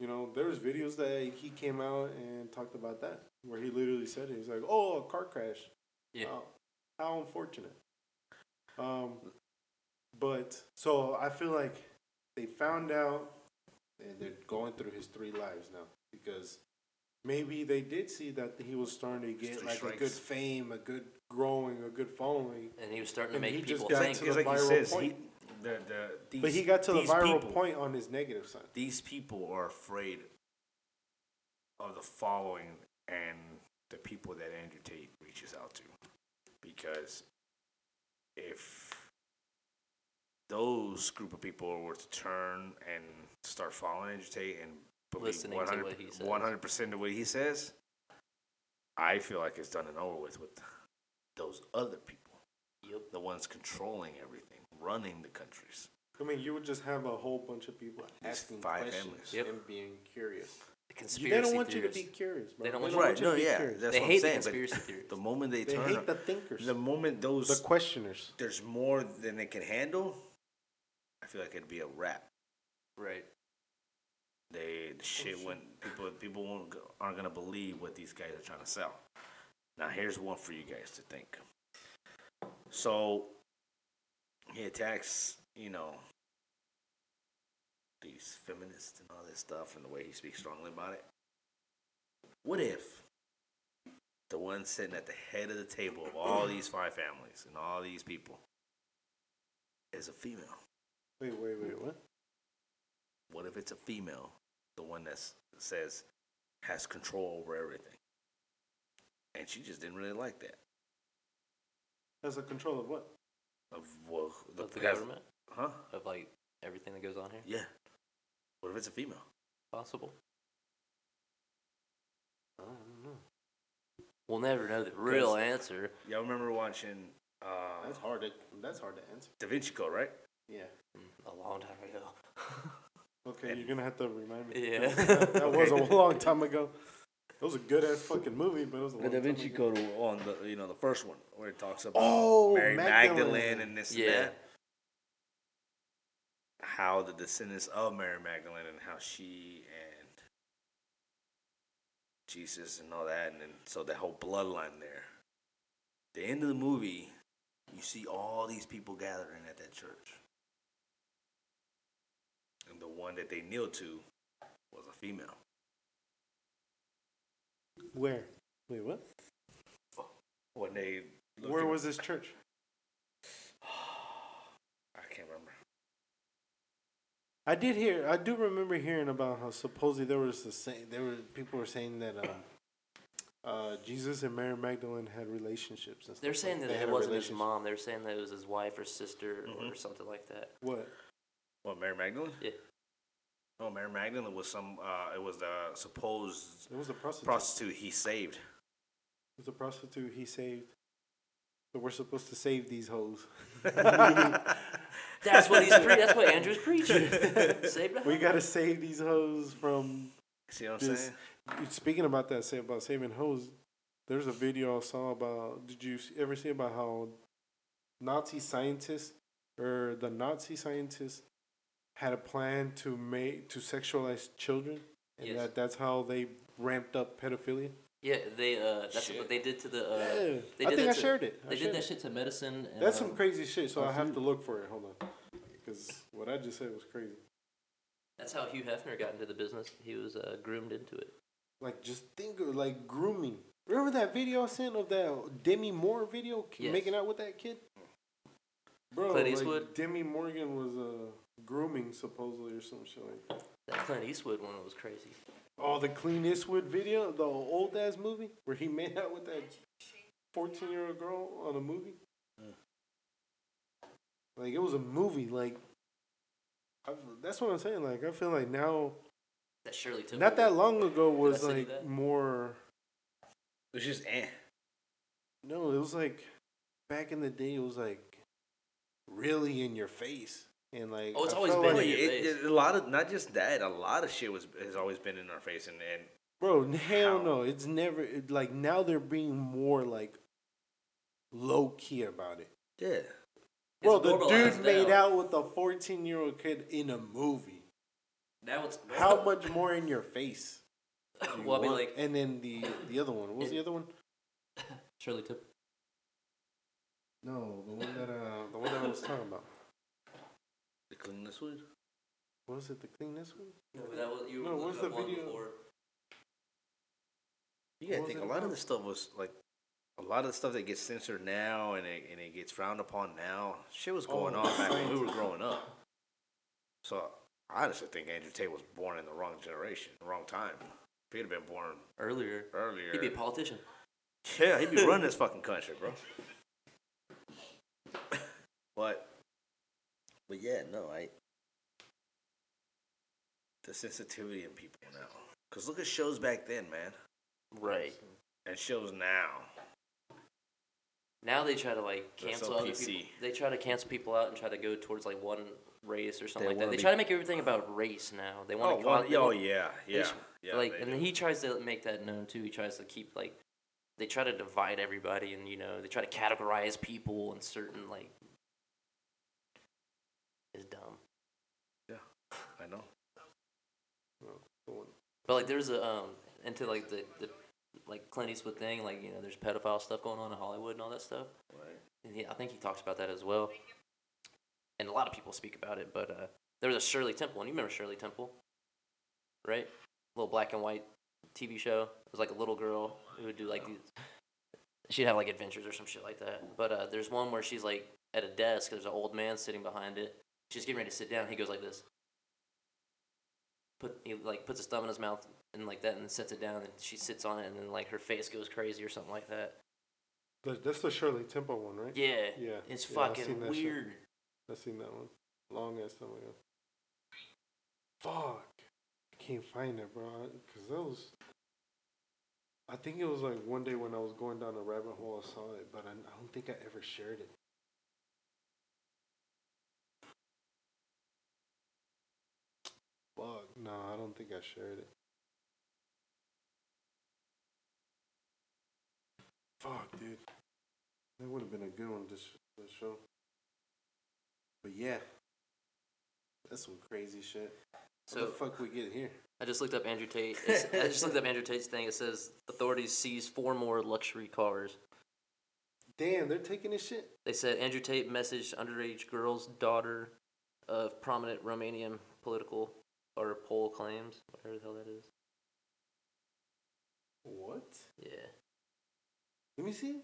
A: You know, there was videos that he came out and talked about that where he literally said it. He's like, "Oh, a car crash."
B: Yeah.
A: Wow. How unfortunate. Um, but so I feel like they found out and they're going through his three lives now because maybe they did see that he was starting to
C: His
A: get
C: three
A: like
C: strikes.
A: a good fame, a good growing, a good following.
B: And he was starting to
A: And he
B: make
A: just
B: people
A: got
B: think.
A: to
C: Because
A: the
C: like he
A: viral
C: says, he,
A: point.
C: the, the, these,
A: But he got to the
C: these
A: viral
C: people,
A: point on his negative side.
C: These people are afraid of the following and the people that Andrew Tate reaches out to. Because if those group of people were to turn and start following Andrew Tate and believe
B: Listening to
C: 100,
B: what he says.
C: 100% to what he says, I feel like it's done and over with with those other people.
B: Yep.
C: the ones controlling everything, running the countries.
A: I mean, you would just have a whole bunch of people
C: These
A: asking
C: five
A: questions
C: families.
B: Yep.
A: and being curious.
B: Conspiracy
A: they don't want
B: theorists.
A: you to be curious. Bro.
B: They don't want you-
C: Right? No,
A: be
C: yeah,
A: curious.
C: that's
B: They
C: what
B: hate the
C: I'm saying.
B: conspiracy
C: but
B: theories.
C: the moment they,
A: They
C: turn,
A: hate the thinkers,
C: the moment
A: the
C: those
A: questioners.
C: there's more than they can handle, I feel like it'd be a wrap.
B: Right.
C: They the shit went. People people won't, go- aren't gonna believe what these guys are trying to sell. Now here's one for you guys to think. So he attacks, you know, these feminists and all this stuff, and the way he speaks strongly about it. What if the one sitting at the head of the table of all these five families and all these people is a female?
A: Wait, wait, wait, what?
C: What if it's a female, the one that says has control over everything, and she just didn't really like that
A: As a control of what?
C: of well,
B: The, the
C: because-
B: government
C: huh?
B: of like everything that goes on here.
C: Yeah. What if it's a female?
B: Possible. I don't know. We'll never know the real answer.
C: Y'all remember watching uh,
A: That's hard. To, that's hard to answer.
C: Da Vinci Code, right?
A: Yeah.
B: a long time ago.
A: Okay, you're gonna have to remind me.
B: Yeah.
A: that was a long time ago. It was a good ass fucking movie, but it was a long
C: The Da Vinci
A: time ago.
C: Code on the you know the first one where it talks about
A: Oh,
C: Mary Magdalene.
A: Magdalene.
C: and this and
B: Yeah.
C: that. How the descendants of Mary Magdalene and how she and Jesus and all that, and then, so that whole bloodline there. The end of the movie, you see all these people gathering at that church, and the one that they kneeled to was a female.
A: Where? Wait, what?
C: When they looked
A: Where
C: at-
A: was this church?
C: I can't remember.
A: I did hear. I do remember hearing about how supposedly there was the same. There were people were saying that um, uh, Jesus and Mary Magdalene had relationships. And stuff
B: They're saying
A: like
B: that it
A: had a
B: wasn't his
A: relationship. Mm-hmm.
B: mom. They were saying that it was his wife or sister or something like that.
A: What?
C: What Mary Magdalene?
B: Yeah.
C: Oh, Mary Magdalene was some. Uh, it was the supposed
A: It was a prostitute.
C: prostitute he saved.
A: it was a prostitute he saved. So we're supposed to save these hoes.
B: That's what he's pre- That's what Andrew's preaching. Saved a
A: We
B: hoe.
A: gotta save these hoes from
C: See what I'm
A: this.
C: saying?
A: Speaking about that, say about saving hoes. There's a video I saw about. Did you s- ever see about how Nazi scientists or the Nazi scientists had a plan to make to sexualize children, and
B: Yes.
A: that that's how they ramped up pedophilia.
B: Yeah, they. Uh, that's what
C: Shit.
B: they did to the. Uh,
A: Yeah.
B: they
A: I
B: did
A: think
B: that
A: I
B: to-
A: shared it. I
B: They
A: shared
B: did that
A: it.
B: shit to medicine. And,
A: That's some
B: um,
A: crazy shit. So I have to look for it. Hold on, because what I just said was crazy.
B: That's how Hugh Hefner got into the business. He was uh, groomed into it.
A: Like just think of like grooming. Remember that video I sent of that Demi Moore video k-
B: Yes.
A: making out with that kid? Bro,
B: Clint
A: like,
B: Eastwood?
A: Demi Morgan was uh, grooming supposedly or some shit like that.
B: That Clint Eastwood one was crazy.
A: Oh, the Clean Eastwood video, the old ass movie where he made out with that fourteen year old girl on a movie.
B: Mm.
A: Like it was a movie. Like i that's what I'm saying. Like I feel like now,
B: That Shirley Temple.
A: not that long ago, was
B: send you
A: like
B: that?
A: more.
C: It was just eh.
A: No, it was like back in the day. It was like really in your face, and like
B: Oh, it's
A: I
B: always
A: felt
B: been
A: like-
B: in your
C: It-
B: face.
C: it- a lot of not just that. A lot of shit was has always been in our face, and, and
A: bro. n- Hell
C: How?
A: no, it's never it, like now they're being more like low key about it.
C: yeah,
B: It's
A: Bro, the
B: normalized
A: dude made
B: now.
A: out with a fourteen year old kid in a movie.
B: Now it's
A: How much more in your face? do you
B: well, I mean,
A: want?
B: like
A: and then the the other one. What was the other one?
B: Shirley Temple.
A: No, the one that uh, the one that I was talking about.
C: the clean this wood.
A: What was it? The clean this one?
B: No, but that was you were
A: No,
B: looking
A: what's
B: up
A: the
B: one
A: video?
B: before.
C: You gotta
A: What was
C: think
A: it
C: a lot of
A: about?
C: the stuff was like a lot of the stuff that gets censored now and it, and it gets frowned upon now. Shit was going
A: Oh,
C: on back when we
A: right.
C: were growing up. So I honestly think Andrew Tate was born in the wrong generation, wrong time. If he'd have been born
B: Earlier,
C: earlier,
B: he'd be a politician.
C: yeah, he'd be running this fucking country, bro. but, but yeah, no, I. The sensitivity in people now, cause look at shows back then, man,
B: Right.
C: and shows now.
B: Now they try to like
C: They're
B: cancel
C: so
B: other
C: PC.
B: people. They try to cancel people out and try to go towards like one race or something
C: They
B: like that.
C: wanna
B: They
C: be-
B: try to make everything about race now. They
C: Oh,
B: want to.
C: well, oh yeah, yeah, yeah.
B: like,
C: they
B: and
C: do.
B: he tries to make that known too. He tries to keep like, they try to divide everybody, and you know, they try to categorize people in certain like. It's dumb.
C: I know.
B: But like, there's a um into like the the like Clint Eastwood thing, like you know, there's pedophile stuff going on in Hollywood and all that stuff. And he, I think he talks about that as well. And a lot of people speak about it, but uh, there was a Shirley Temple, and you remember Shirley Temple, right? Little black and white TV show. It was like a little girl who would do like these. She'd have like adventures or some shit like that. But uh, there's one where she's like at a desk. There's an old man sitting behind it. She's getting ready to sit down. He goes like this. Put he like puts his thumb in his mouth and like that, and then sets it down. And she sits on it, and then like her face goes crazy or something like that.
A: That- That's the Shirley Temple one, right?
B: Yeah.
A: Yeah,
B: It's
A: yeah, I've seen
B: fucking
A: that shit.
B: weird.
A: I seen that one. Long ass time ago. Fuck. I can't find it, bro. Because that was. I think it was like one day when I was going down a rabbit hole, I saw it, but I, I don't think I ever shared it. No, I don't think I shared it. Fuck, dude. That would have been a good one to, sh- to show. But yeah, that's some crazy shit. So, How
B: So
A: the fuck we get here?
B: I just looked up Andrew Tate. It's, I just looked up Andrew Tate's thing. It says authorities seize four more luxury cars.
A: Damn, they're taking this shit.
B: They said Andrew Tate messaged underage girls, daughter of prominent Romanian political or poll claims, whatever the hell that is.
A: What?
B: Yeah.
A: Let me see.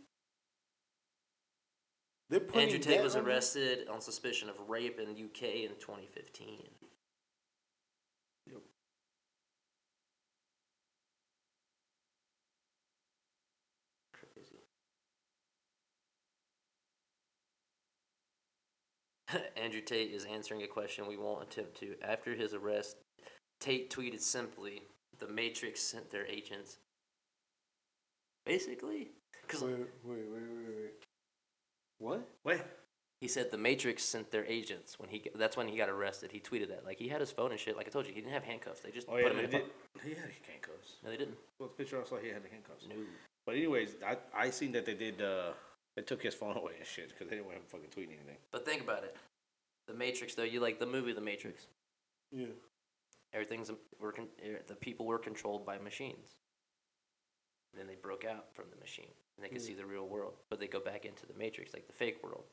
A: They're putting
B: Andrew Tate
A: that
B: was
A: on there?
B: arrested on suspicion of rape in UK in 2015. Crazy. Andrew Tate is answering a question we won't attempt to. After his arrest, Tate tweeted simply, "The Matrix sent their agents." Basically, because
A: Wait, wait, wait, wait, wait. What?
C: Wait.
B: He said the Matrix sent their agents when he. g- That's when he got arrested. He tweeted that. Like he had his phone and shit. Like I told you, he didn't have handcuffs. They just
C: Oh
B: put
C: yeah,
B: him
C: they
B: in. A
C: did.
B: po-
C: He had handcuffs.
B: no, they didn't.
C: Well, the picture I saw, he had the handcuffs.
B: No.
C: But anyways, I I seen that they did. uh They took his phone away and shit because they didn't want him fucking tweeting anything.
B: But think about it. The Matrix, though, you like the movie The Matrix.
A: Yeah.
B: Everything's we're con- er, the people were controlled by machines. And then they broke out from the machine and they could
A: Hmm.
B: see the real world, but they go back into the Matrix, like the fake world.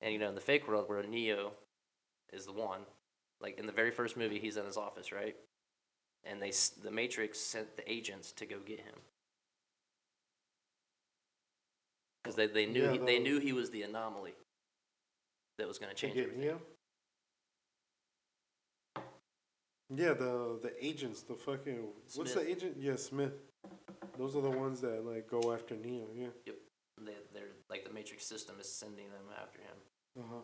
B: And you know, in the fake world, where Neo is the one, like in the very first movie, he's in his office, right? And they s- the Matrix sent the agents to go get him. Because they, they knew
A: Yeah,
B: he, they
A: the-
B: knew he was the anomaly that was going to change
A: Yeah,
B: everything.
A: yeah. Yeah, the the agents, the fucking what's
B: Smith.
A: the agent? Yeah, Smith. Those are the ones that like go after Neo. Yeah.
B: they, they're like the matrix system is sending them after him
A: Uh huh.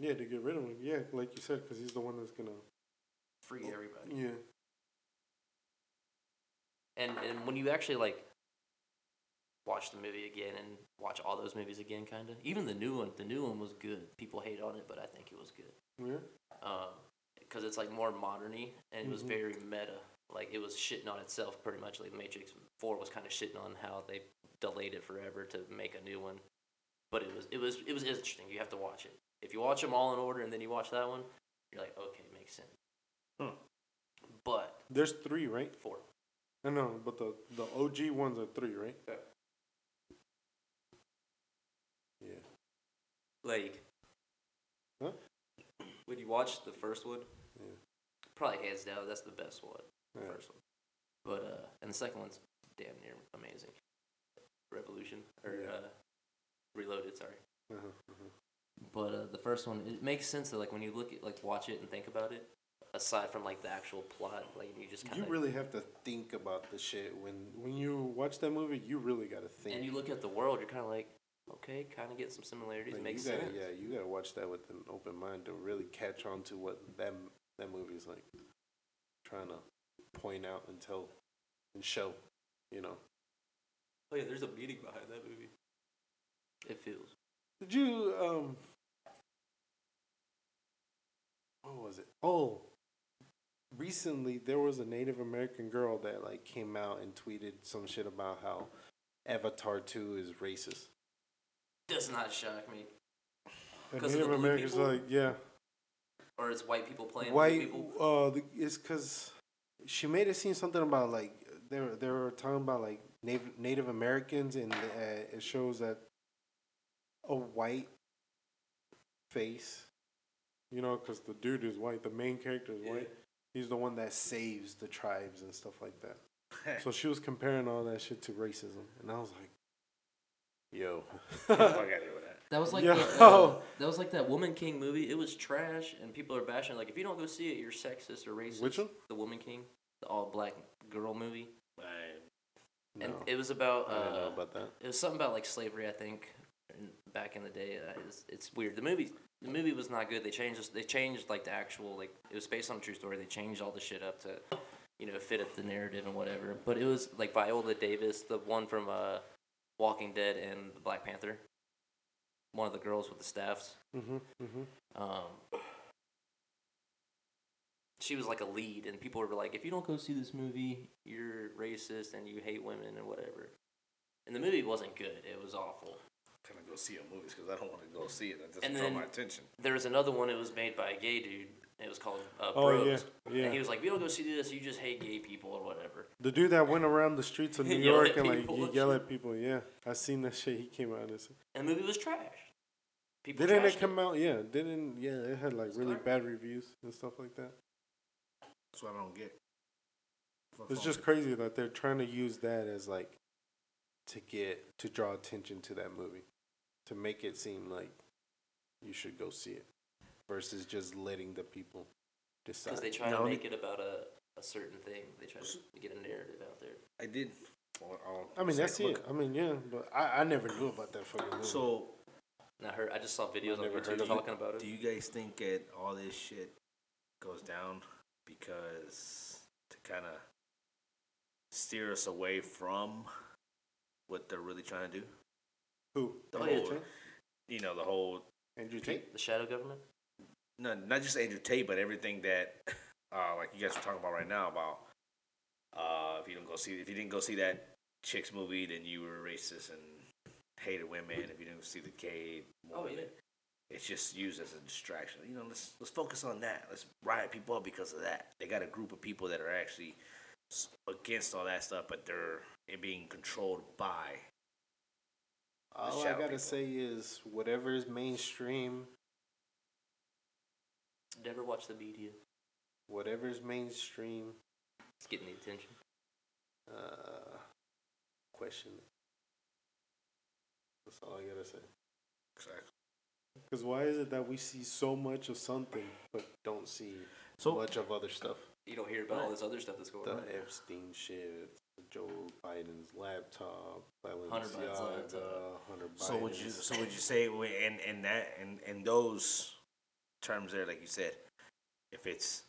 A: Yeah, to get rid of him. Yeah, like you said, because he's the one that's gonna.
B: free everybody
A: Yeah.
B: and and when you actually like watch the movie again and watch all those movies again kind of even the new one the new one was good people hate on it but i think it was good
A: Yeah.
B: because uh, it's like more moderny and it was
A: Mhm.
B: very meta like it was shitting on itself pretty much like matrix 4 was kind of shitting on how they delayed it forever to make a new one but it was it was it was interesting you have to watch it if you watch them all in order and then you watch that one you're like okay makes sense
C: Hmm.
B: but
A: There's three, right?
B: four
A: I know, but the the OG ones are three, right?
B: Yeah.
A: Yeah.
B: Like,
A: Huh?
B: when you watch the first one,
A: Yeah.
B: probably hands down, that's the best one. the
A: Yeah.
B: First one, but uh, and the second one's damn near amazing. Revolution or
A: Yeah.
B: uh, Reloaded, sorry.
A: Uh-huh, uh-huh.
B: But uh, the first one, it makes sense that like when you look at like watch it and think about it, aside from like the actual plot, like you just kind
A: You
B: of
A: really have to think about the shit when when you watch that movie. You really gotta think.
B: and you look at the world, you're kind of like, okay, kind of get some similarities,
A: Like,
B: makes
A: you gotta,
B: sense.
A: Yeah, you gotta watch that with an open mind to really catch on to what that that movie's like trying to point out and tell and show. You know.
B: Oh yeah, there's a meaning behind that movie. It feels.
A: Did you um? What was it? Oh, recently there was a Native American girl that like came out and tweeted some shit about how Avatar Two is racist.
B: Does not shock me.
A: And
B: 'Cause of the
A: Native
B: blue
A: Americans
B: people?
A: are like, yeah,
B: or it's white people playing white
A: white.
B: people.
A: Uh, the, it's because she made it seem something about like they were, they were talking about like Native Native Americans and uh, it shows that a white face, you know, because the dude is white, the main character is white. He's the one that saves the tribes and stuff like that. so she was comparing all that shit to racism, and I was like, "Yo,
C: Fuck out of here with that.
B: That was like
A: Yo.
B: the, uh, that was like that Woman King movie. It was trash, and people are bashing. Like, if you don't go see it, you're sexist or racist.
A: Which one?
B: The Woman King, the all black girl movie,
C: I-
A: no,
B: and it was about.
A: I didn't know
B: Uh,
A: about that."
B: it was something about like slavery, I think, in, back in the day. Uh, It's, it's weird. The movie, the movie was not good. They changed, this- they changed like the actual like it was based on a true story. They changed all the shit up to, you know, fit up the narrative and whatever. But it was like Viola Davis, the one from uh, Walking Dead and the Black Panther, one of the girls with the staffs.
A: Mm-hmm, mm-hmm.
B: Um, she was like a lead, and people were like, "If you don't go see this movie, you're racist and you hate women and whatever." And the movie wasn't good; it was awful.
C: I'm gonna go see a movie because I don't want to go see it. That doesn't
B: And
C: draw
B: then-
C: my attention.
B: There was another one. It was made by a gay dude. and It was called uh,
A: Oh, yeah,
B: Bros.
A: yeah.
B: And he was like, "We don't go see this. You just hate gay people or whatever."
A: The dude that went around the streets of New
B: Yell at
A: York and like
B: people
A: you
B: and
A: yell
B: shit.
A: at people. Yeah, I seen that shit. He came out and said,
B: And the movie was trash. People
A: didn't
B: trashed
A: it come out? Yeah, didn't yeah. It had like really
B: garbage.
A: bad reviews and stuff like that.
C: That's what I don't get. Fuck
A: It's
C: all
A: just
C: that.
A: crazy that they're trying to use that as like to get to draw attention to that movie to make it seem like you should go see it versus just letting the people decide.
B: because they try
C: No,
B: to
C: I
B: make it about a, a certain thing. They try to get a narrative out there.
C: I did. I'll- I'll
A: I mean,
C: say-
A: that's
C: look,
A: it. I mean, yeah, but I, I never knew about that fucking movie.
C: So,
B: And I heard, I just saw videos on
A: never heard
B: YouTube
A: of it.
B: talking about it.
C: do you guys think that all this shit goes down because to kind of steer us away from what they're really trying to do?
A: Who?
C: The
B: Oh, yeah,
C: whole, you know, the whole
A: Andrew Tate.
B: the shadow government?
C: no, not just Andrew Tate, but everything that, uh, like you guys are talking about right now about, uh, if you don't go see, if you didn't go see that chicks movie, then you were racist and hated women. If you didn't see the K,
B: Oh, yeah.
C: it's just used as a distraction. You know, let's let's focus on that. Let's riot people up because of that. They got a group of people that are actually s- against all that stuff, but they're it being controlled by.
A: All I
C: shallow
A: gotta
C: people.
A: say is whatever is mainstream,
B: Never watch the media.
A: whatever is mainstream,
B: It's getting the attention.
A: uh, question it. That's all I gotta say. Because why is it that we see so much of something but don't see so
C: So-
A: much of other stuff?
B: You don't hear about all this other stuff that's going
A: The
B: on.
A: Epstein shit, Joe Biden's laptop, Balenciaga,
B: Hunter
A: Hunter
B: Biden's laptop.
A: Biden.
C: So would you? So would you say we- in in that in in those terms there, like you said, if it's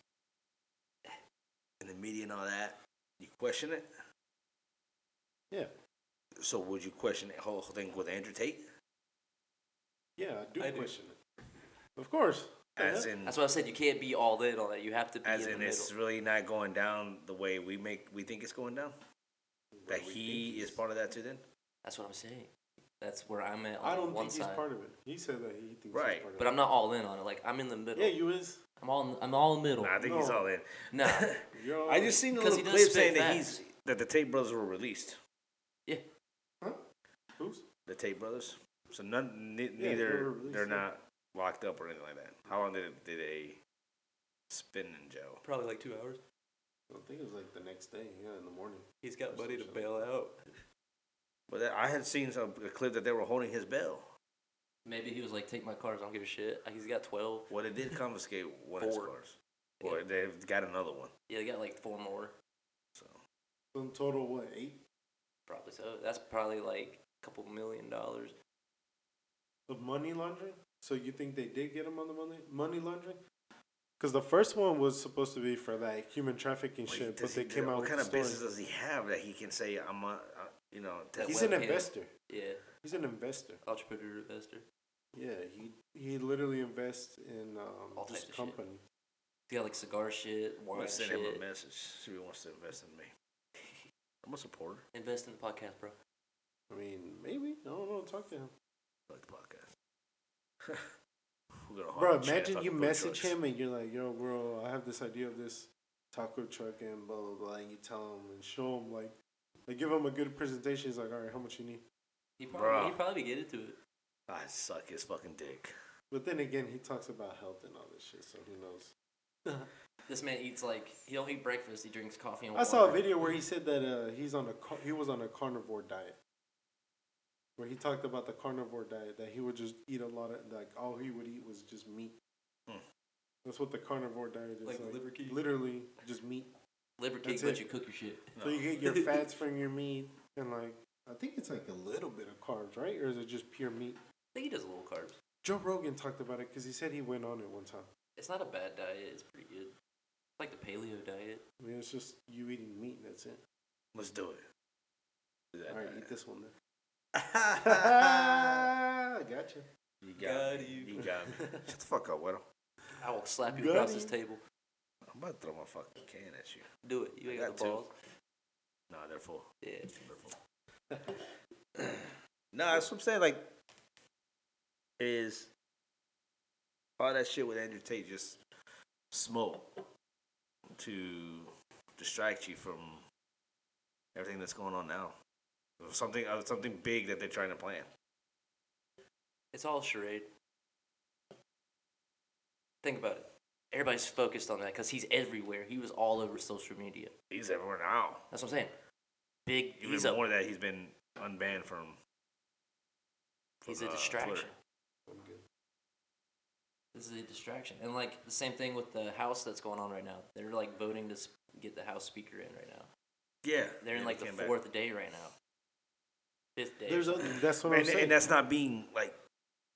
C: in the media and all that, you question it.
A: Yeah,
C: So would you question the whole thing with Andrew Tate?
A: yeah, I do
B: I do.
A: question it. Of course.
C: As
A: Uh-huh.
C: in,
B: That's why I said you can't be all in on that. You have to be
C: as
B: in,
C: in,
B: the
C: it's
B: middle.
C: really not going down the way we make we think it's going down. That
A: we
C: he
A: think
C: is part of that too. Then
B: That's what I'm saying. That's where I'm at on
A: I don't
B: one
A: think
B: side.
A: he's part of it. He said that he thinks he's
C: Right,
A: part of
B: but
A: it.
B: I'm not all in on it. Like I'm in the middle.
A: Yeah, you is.
B: I'm all. In, I'm all middle.
C: Nah, I think he's
A: No.
C: all in.
B: no.
A: You're all
C: I just seen a
B: 'Cause
C: little
B: he does
C: clip
B: spit
C: saying that
B: facts.
C: he's that the Tate brothers were released.
B: Yeah.
A: Who's?
C: The Tate brothers. So none, ne-
A: they were
C: neither
A: released,
C: they're
A: yeah.
C: not locked up or anything like that. How long did did they spend in jail?
B: Probably like two hours.
A: I think it was like the next day. Yeah, in the morning.
B: He's got money to bail out.
C: But that, I had seen some, a clip that they were holding his bail.
B: Maybe he was like, "Take my cars. I don't give a shit." Like, He's got twelve.
C: Well, they did confiscate one of his
B: Four.
C: cars. Or they've got another one.
B: Yeah, they got like four more.
C: So
A: So in total, what eight
B: Probably so. That's probably like a couple million dollars.
A: of money laundering? So you think they did get him on the money money laundering? Because the first one was supposed to be for like human trafficking
C: Wait,
A: shit,
C: does
A: but they
C: he-
A: came out
C: What
A: with
C: kind
A: the
C: of business
A: story.
C: does he have that he can say I'm a, uh, you know? Ted
B: He's
A: He's
C: Webb
A: an
B: webcam?
A: investor.
B: Yeah,
A: He's an investor.
B: entrepreneur investor.
A: Yeah, he he literally invests in um,
B: All
A: this
B: types of shit.
A: company.
B: He got like cigar shit,
C: I'm
B: wine
C: gonna
B: shit.
C: send him a message. See if he wants to invest in me. I'm a supporter.
B: Invest in the podcast, bro.
A: I mean, maybe I don't know. Talk to him,
C: I like the podcast. We're gonna
A: bro.
C: hard shit
A: Imagine
C: fucking
A: you
C: food
A: message
C: trucks.
A: him and you're like, "Yo, bro, I have this idea of this taco truck and blah blah blah," and you tell him and show him like, like give him a good presentation. He's like, "All right, how much you need?"
B: He probably, he
C: Bruh.
B: probably get into it.
C: I suck his fucking dick.
A: But then again, he talks about health and all this shit, so who knows?
B: This man eats like he don't eat breakfast. He drinks coffee and
A: I
B: water.
A: saw a video where he said that uh, he's on a car- he was on a carnivore diet, where he talked about the carnivore diet that he would just eat a lot of like all he would eat was just meat.
C: Hmm.
A: That's what the carnivore diet is
B: Like liver king?
A: Literally just meat.
B: Liver cake,
A: That's
B: but
A: it.
B: you cook your shit.
A: So you get your fats from your meat and like I think it's like a little bit of carbs, right? Or is it just pure meat?
B: I think he does a little carbs.
A: Joe Rogan talked about it because he said he went on it one time.
B: It's not a bad diet. It's pretty good. It's like the paleo diet.
A: I mean, it's just you eating meat. That's it.
C: Let's do it. Do that
A: All right,
C: diet.
A: eat this one then.
C: you
A: I gotcha.
C: got
B: Got
C: me.
B: you.
C: You got me. Shut the fuck up, Widow.
B: I will slap you
A: Got
B: across
A: it.
B: this table.
C: I'm I'm about to throw my fucking can at you.
B: Do it. You ain't
C: I
B: got
C: got
B: the
C: to.
B: balls.
C: Nah, they're full.
B: Yeah.
C: They're full. nah, that's what I'm saying. Like, is all that shit with Andrew Tate just smoke to distract you from everything that's going on now? Or Something, or something big that they're trying to plan.
B: It's all charade. Think about it. Everybody's focused on that because he's everywhere. He was all over social media.
C: He's everywhere now.
B: That's what I'm saying. Big. He's
C: Even
B: a,
C: more that he's been unbanned from. from,
B: he's a
C: uh,
B: distraction.
C: Twitter.
B: This is a distraction, and like the same thing with the house that's going on right now. They're like voting to sp- get the house speaker in right now.
C: Yeah,
B: They're
C: yeah,
B: in like the
C: he came back.
B: fourth day right now. Fifth day.
A: There's other, that's what I'm
C: and,
A: saying.
C: and that's not being like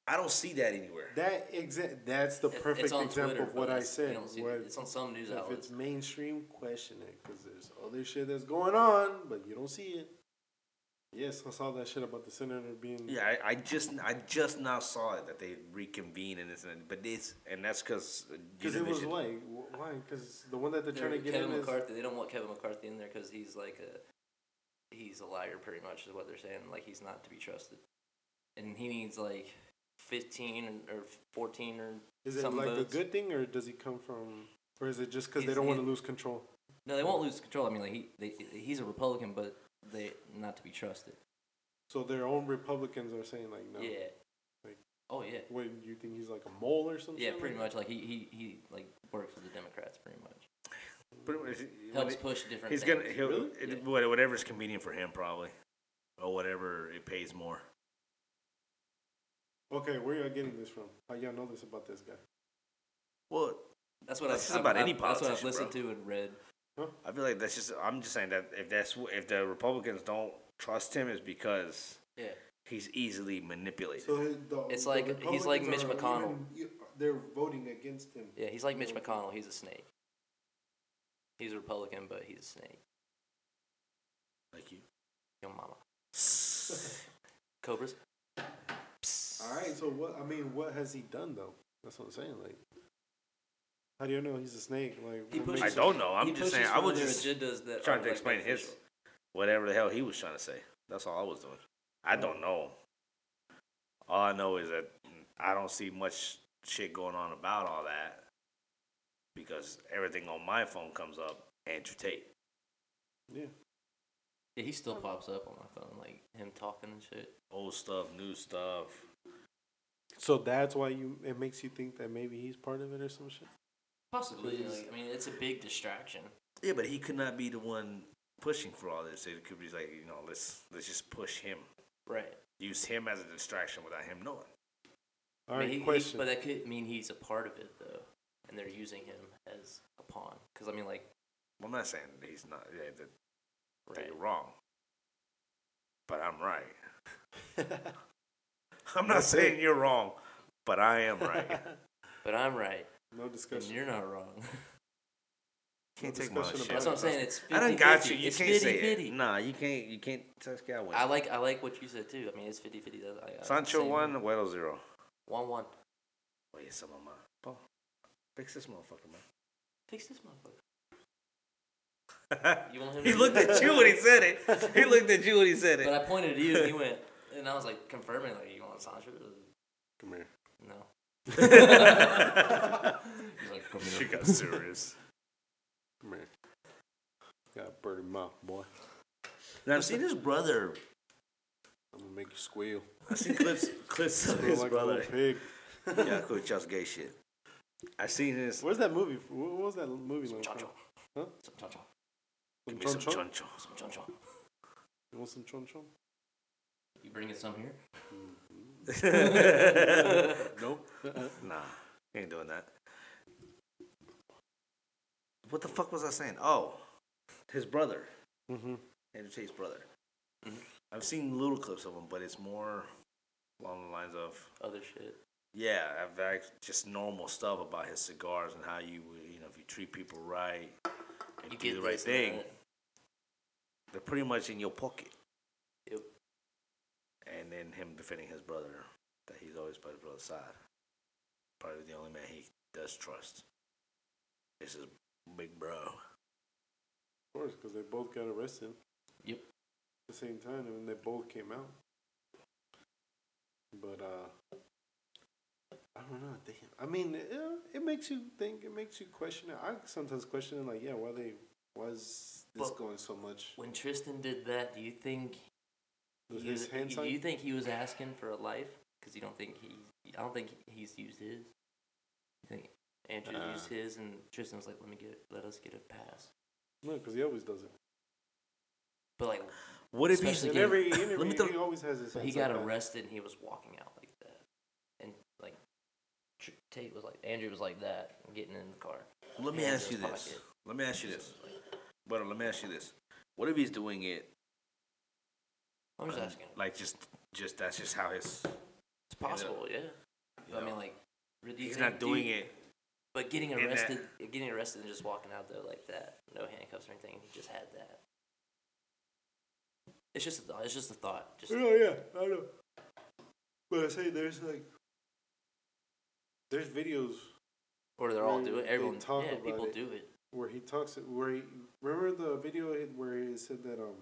C: I don't see that anywhere.
A: that exa- that's the
B: It- it's
A: perfect
B: on
A: example
B: Twitter,
A: of
B: but
A: what I
B: it's- you
A: said.
B: don't see-
A: where
B: it's on some news
A: if
B: outlets.
A: it's mainstream, question it because there's other shit that's going on, but you don't see it. Yes, I saw that shit about the senator being.
C: Yeah, I, I just I just now saw it that they reconvene and this and that, but it's and that's uh, because
A: Because it was like, wh- why? Because the one that they're
B: They're-
A: trying to get
B: Kevin
A: in is.
B: McCarthy. They don't want Kevin McCarthy in there because he's like a he's a liar, pretty much is what they're saying. Like he's not to be trusted, and he needs like fifteen or fourteen or
A: Is it
B: some
A: like
B: votes.
A: a good thing, or does he come from, or is it just because they
B: He's-
A: don't want to
B: he-
A: lose control?
B: no, they won't lose control. I mean, like he they, he's a Republican, but they not to be trusted.
A: So their own Republicans are saying like, no.
B: Yeah.
A: Like-
B: oh yeah.
A: What you think he's like a mole or something?
B: Yeah,
A: like
B: pretty much. Like he, he, he like works with the Democrats, pretty much. Helps
C: Helps
B: push different.
C: He's
B: things.
C: gonna he'll
A: Really?
C: it,
B: Yeah.
C: wha- whatever's convenient for him probably, or whatever it pays more.
A: that? Okay, where y'all getting this from? How y'all know this about this guy?
C: Well,
B: That's what
C: That's
B: I've,
C: just about
B: I've,
C: any
B: I've- That's what I've
C: politician,
B: listened to and read.
C: I feel like that's just I'm just saying that if that's wh- if the Republicans don't trust him is because
B: Yeah.
C: he's easily manipulated.
A: So his- the,
B: It's
A: the
B: like- he's like
A: Republicans
B: Mitch
A: are even- they're voting against him.
B: Yeah, he's like Mitch McConnell. He's a snake. He's a Republican, but he's a snake.
C: Like you.
B: Yo, mama. Cobras. Psst.
A: All right. So what? I mean, what has he done though? That's what I'm saying. Like, how do you know he's a snake? Like,
B: He
A: what
B: pushes-
C: I
A: makes-
C: don't know.
B: He
C: I'm just
B: pushes
C: saying. I
B: for
C: was
B: their
C: just
B: agendas that
C: trying
B: are,
C: to
B: like,
C: explain his
B: beneficial.
C: whatever the hell he was trying to say. That's all I was doing. I don't know. All I know is that I don't see much shit going on about all that because everything on my phone comes up Andrew Tate.
A: Yeah.
B: Yeah, he still pops up on my phone, like him talking and shit.
C: Old stuff, new stuff.
A: So that's why you. It makes you think that maybe he's part of it or some shit.
B: Possibly.
A: Please.
B: Like, I mean, it's a big distraction.
C: Yeah, but he could not be the one pushing for all this. It could be like you know, let's let's just push him,
B: Right.
C: use him as a distraction without him knowing.
A: All
B: I mean,
A: right.
B: he- he-
A: question.
B: but that could mean he's a part of it though, and they're using him as a pawn. Because I mean, like,
C: I'm not saying that he's not yeah, that, that
B: right?
C: you're wrong, but I'm right. I'm not saying you're wrong, but I am right.
B: But I'm right,
A: no
B: and
A: discussion.
B: you're not wrong.
C: can't
A: take my Discussion shit.
B: That's what I'm saying. It's 50,
C: I done got you. You
B: It's
C: can't
B: 50,
C: say it. Nah, you can't. You can't touch Galway.
B: I like I like what you said too. I mean, it's 50 50.
C: Sancho one, Weddle zero.
B: One one.
C: Wait, some of my. Paul, fix this motherfucker,
B: Fix this motherfucker.
C: man.
B: You want him?
C: he
B: to-
C: looked at you when he said it. He looked at you when he said
B: But
C: it.
B: I pointed at you, and you went, and I was like confirming, like, you want Sancho?
A: Come here.
B: No. He's like, come
C: She
B: here.
C: got serious.
A: Come here. Got a birdie mouth, boy.
C: Now I've seen his brother.
A: I'm gonna make you squeal.
C: I've seen clips, clips of
A: Squeal
C: his
A: like a
C: brother.
A: little pig.
C: Yeah, Coach Charles Gay shit. I seen his.
A: Where's that movie? f- What was that movie? Like?
B: Sancho.
A: Huh?
B: Some Sancho.
A: Some
C: Give me some
A: chon chon.
C: choncho.
B: Some Sancho.
A: You want some chon chon?
B: You bringing some here?
A: Nope.
C: Nah, ain't doing that. What the fuck was I saying? Oh, his brother,
A: mm-hmm.
C: Andrew Tate's brother. Mm-hmm. I've seen little clips of him, but it's more along the lines of
B: Other shit.
C: yeah, I've like just normal stuff about his cigars and how you would, you know if you treat people right and
B: You
C: do
B: get
C: the right
B: this and
C: thing,
B: that.
C: they're pretty much in your pocket.
B: Yep.
C: And then him defending his brother, that he's always by his brother's side. Probably the only man he does trust is his Big bro.
A: Of course, because they both got arrested.
B: Yep.
A: At the same time, and they both came out. But uh, I don't know. Damn. I mean, it, uh, it makes you think. It makes you question it. I sometimes question it, like, yeah, why they was this
B: But-
A: going so much?
B: When Tristan did that, do you think
A: Was
B: he
A: his
B: was,
A: hand
B: do you
A: signed?
B: think he was asking for a life? Because you don't think he, I don't think he's used his. You think Andrew
C: Uh.
B: used his, and Tristan was like, "Let me get, let us get a pass."
A: No, because he always does it.
B: But like,
C: What if
B: Especially
C: he's
A: In
B: Again,
A: every
B: let
A: interview,
B: me throw-
A: he always has his.
B: but he
A: hands
B: got
A: like that.
B: arrested, and he was walking out like that, and like Tr- Tate was like, Andrew was like that, getting in the car.
C: Let me
B: hand in
C: ask you
B: his
C: this.
B: pocket.
C: Let me ask you this. But let me ask you this. What if he's doing it?
B: I'm
C: Um,
B: just asking.
C: Like just, just that's just how his.
B: It's possible, yeah.
C: you
B: But I
C: know,
B: mean, like, really, do you
C: he's
B: think-
C: not
B: do you-
C: doing it.
B: But getting
C: in that-
B: arrested, getting arrested, and just walking out there like that, no handcuffs or anything. He just had that. It's just a thought. It's just a thought. Just
A: Oh yeah, I know. But I say there's like there's videos
B: or they're all
A: Right,
B: do it.
A: they
B: Everyone,
A: talk
B: yeah,
A: about
B: people
A: it.
B: do it.
A: where he talks where he remember the video where he said that um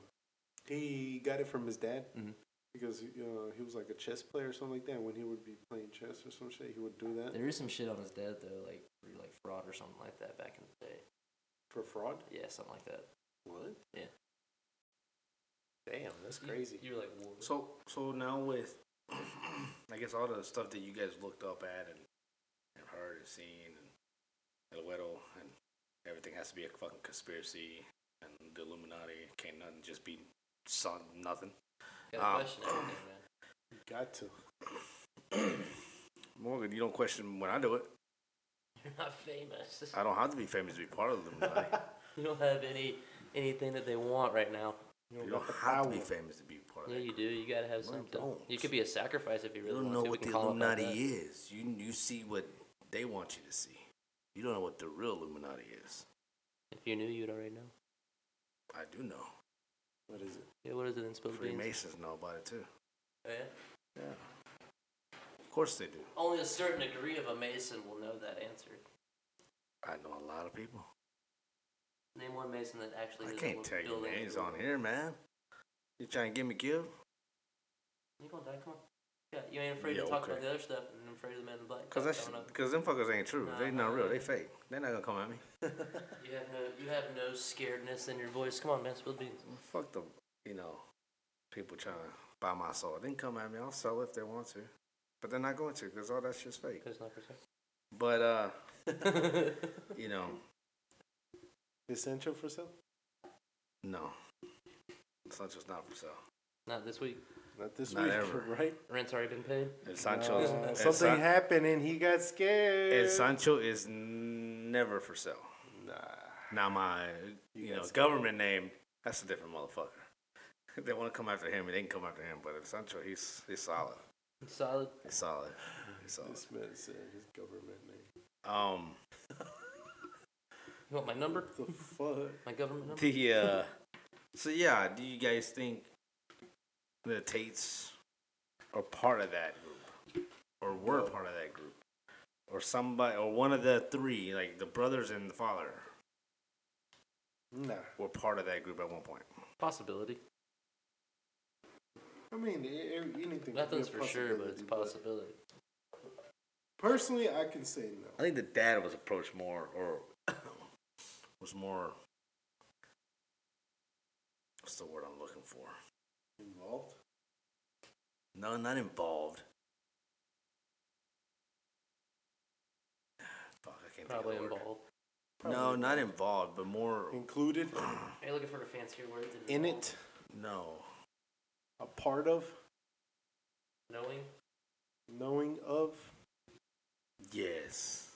A: he got it from his dad
B: Mhm.
A: because uh, he was like a chess player or something like that. When he would be playing chess or some shit, he would do that
B: There is some shit on his dad though, like for, like fraud or something like that back in the day.
A: for fraud.
B: Yeah, something like that.
A: What?
B: Yeah.
A: Damn, that's
B: You-
A: crazy.
B: You're like, Whoa.
C: So, so now with, I guess all the stuff that you guys looked up at and, and heard and seen and El Güero and everything has to be a fucking conspiracy and the Illuminati can't nothing just be some nothing.
B: gotta
C: um,
B: question everything, man.
A: Got to.
C: Morgan, you don't question when I do it.
B: You're not famous.
C: I don't have to be famous to be part of the Illuminati.
B: You don't have any anything that they want right now.
C: you
A: got
C: don't
A: the
C: have to be
A: power.
C: famous to be part of
B: Yeah,
C: it.
B: you do. You gotta have something.
C: don't.
B: You could be a sacrifice if you
C: You
B: really want
C: don't know
B: to.
C: what
B: we
C: the
B: can call him about
C: Illuminati
B: that.
C: is. You you see what they want you to see. You don't know what the real Illuminati is.
B: If you knew, you'd already know.
C: I do know.
A: What is it?
B: Yeah, what is it in spilled beans?
C: Freemasons know about it too.
B: Oh, yeah?
C: Yeah. Of course they do.
B: Only a certain degree of a Mason will know that answer.
C: I know a lot of people.
B: Name one Mason that actually.
C: I
B: is
C: can't
B: built-
C: tell you
B: building-
C: names on here, man. You trying to give me give?
B: You gonna die? Come on. Yeah, you ain't afraid
C: Yeah,
B: to talk
C: okay.
B: about the other stuff, and I'm afraid of the man in black.
C: Cause that's
B: Coming up.
C: cause them fuckers ain't true.
B: Nah,
C: they
B: nah,
C: not real.
B: nah.
C: They fake. They not gonna come at me.
B: You have no, you have no scaredness in your voice. Come on, man, spilled beans.
C: Fuck the you know people trying to buy my soul. They can come at me. I'll sell it if they want to, but they're not going to because all that shit's fake.
B: Cause not for sale.
C: But uh, you know,
A: Essential for sale?
C: no, Sancho's not for sale.
B: Not this week.
A: Not this
C: Not
A: week,
C: ever.
A: right?
B: Rent's already been paid.
C: And Sancho's
A: Uh,
C: and
A: something
C: San-
A: happened and he got scared.
C: and Sancho is n- never for sale.
A: nah.
C: Now my
A: You
C: you, know
A: guys-
C: government name, that's a different motherfucker. If they want to come after him, they can come after him. But if Sancho, he's he's solid.
B: Solid.
C: He's solid. He's solid.
A: This man said his government name.
C: Um,
B: You want my number?
A: The fuck?
B: My government number?
C: the uh, so yeah, do you guys think the Tates are part of that group, or were part of that group, or somebody, or one of the three, like the brothers and the father,
A: Nah.
C: were part of that group at one point?
B: Possibility.
A: I mean, a- a- anything.
B: Nothing's for sure, but it's a
A: possible.
B: possibility.
A: Personally, I can say no.
C: I think the dad was approached more, or was more. What's the word I'm looking for?
A: Involved?
C: No, not involved. Fuck, I can't
B: Probably
C: think of the word.
B: involved.
C: No, not involved, but more.
A: Included?
B: Are you looking for a fancier word than
A: In
B: involved?
A: it?
C: No,
A: A part of?
B: Knowing?
A: Knowing of?
C: yes,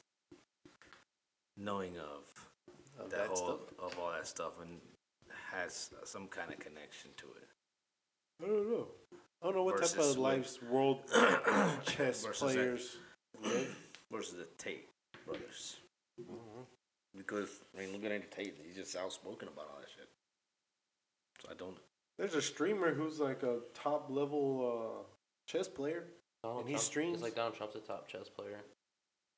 C: knowing of,
A: Of
C: that,
A: that
C: whole
A: stuff?
C: of all that stuff and has some kind of connection to it.
A: I don't know. I don't know what type
C: Versus
A: of
C: what-
A: life's world chess
C: Versus that.
A: players live.
C: versus the Tate brothers.
A: Mm-hmm.
C: Because I mean, look at Andrew Tate; he's just outspoken about all that shit. So I don't.
A: There's a streamer who's like a top level uh, chess player.
B: Donald
A: And he
B: Trump
A: streams-
B: It's like Donald Trump's a top chess player.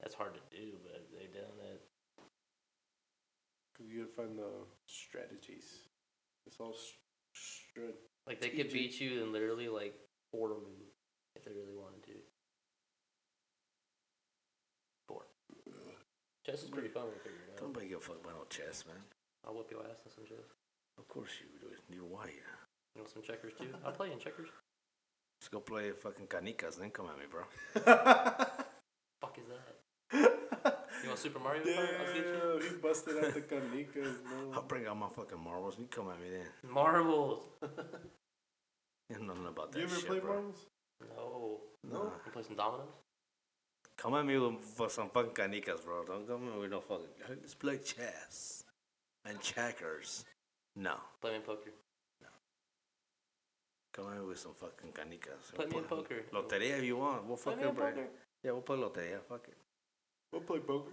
B: That's hard to do, but they've done it.
A: Because you gotta find the strategies. It's all strat.
B: Like they could beat you in literally like four moves if they really wanted to. Four. Chess is pretty fun when you figure it out.
C: Don't make a fuck about no chess, man.
B: I'll whoop your ass in some chess.
C: Of course you do. You're white.
B: You want some checkers too? I'll play in checkers.
C: Let's go play fucking canicas and then come at me, bro.
B: Fuck is that? You want Super Mario? Kart? I'll get you.
A: Damn, he busted out the canicas,
C: I'll
A: man.
C: bring out my fucking marbles and you come at me then.
B: Marbles.
C: You know nothing about that
A: You ever
C: shit,
A: play
C: bro.
A: marbles?
B: No.
C: No.
B: You play some dominoes?
C: Come at me with for some fucking canicas, bro. Don't come at me with no fucking. "Hey, Let's play chess and checkers. No.
B: Play me in poker.
C: Come at me with some fucking canicas.
B: Play me in
C: We'll
B: poker.
C: Loteria if you want. We'll
B: Play
C: fuck
B: me in
C: it, bro.
B: poker.
C: Yeah, we'll play loteria. Fuck it.
A: We'll play poker.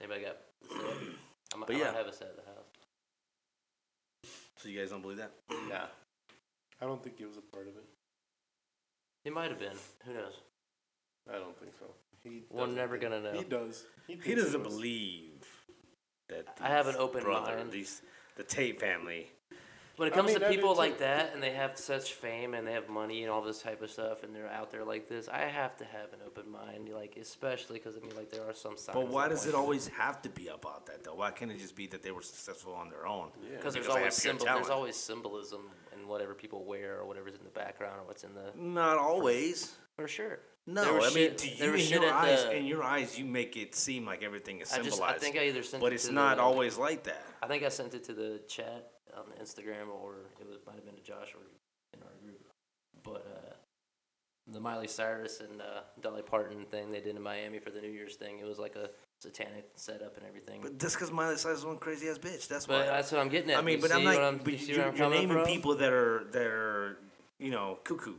B: Anybody got? I'm,
C: But
B: I
C: yeah.
B: might have a set at the house.
C: So you guys don't believe that?
B: Nah.
A: I don't think he was a part of it.
B: It might have been. Who knows?
A: I don't think so. He
B: We're
A: doesn't
B: never
A: think-
B: gonna know.
A: He does.
C: He
A: thinks
C: doesn't
A: was.
C: believe that.
B: I have
C: these
B: an open
C: brother,
B: mind.
C: These, the Tate family.
B: When it
A: I
B: comes
A: mean, I
B: to
A: do
B: people
A: too.
B: like that, and they have such fame, and they have money, and all this type of stuff, and they're out there like this, I have to have an open mind, like especially because I mean, like there are some signs.
C: But why
B: that
C: does
B: point-
C: it always have to be about that though? Why can't it just be that they were successful on their own?
B: Because there's
C: because they
B: always
C: have pure
B: symbol. There's
C: talent.
B: always symbolism in whatever people wear or whatever's in the background or what's in the.
C: Not always.
B: For sure. There
C: No,
B: was
C: I mean,
B: shit-
C: to
B: there
C: you
B: was
C: in
B: shit
C: your
B: at
C: eyes,
B: the-
C: in your eyes, you make it seem like everything is
B: I just- I
C: symbolized.
B: think I either sent
C: but
B: it
C: it's
B: to
C: not
B: the-
C: always like that.
B: I think I sent it to the chat on Instagram, or it was, might have been to Josh or in our group. But uh, the Miley Cyrus and uh, Dolly Parton thing they did in Miami for the New Year's thing, it was like a satanic setup and everything. But,
C: But that's because Miley Cyrus is one crazy ass bitch. That's why.
B: that's what I'm getting at.
C: I mean,
B: You
C: but I'm
B: see
C: not.
B: what I'm,
C: but
B: you see
C: you're,
B: where I'm
C: you're
B: coming
C: naming
B: from?
C: people that are that are you know cuckoo.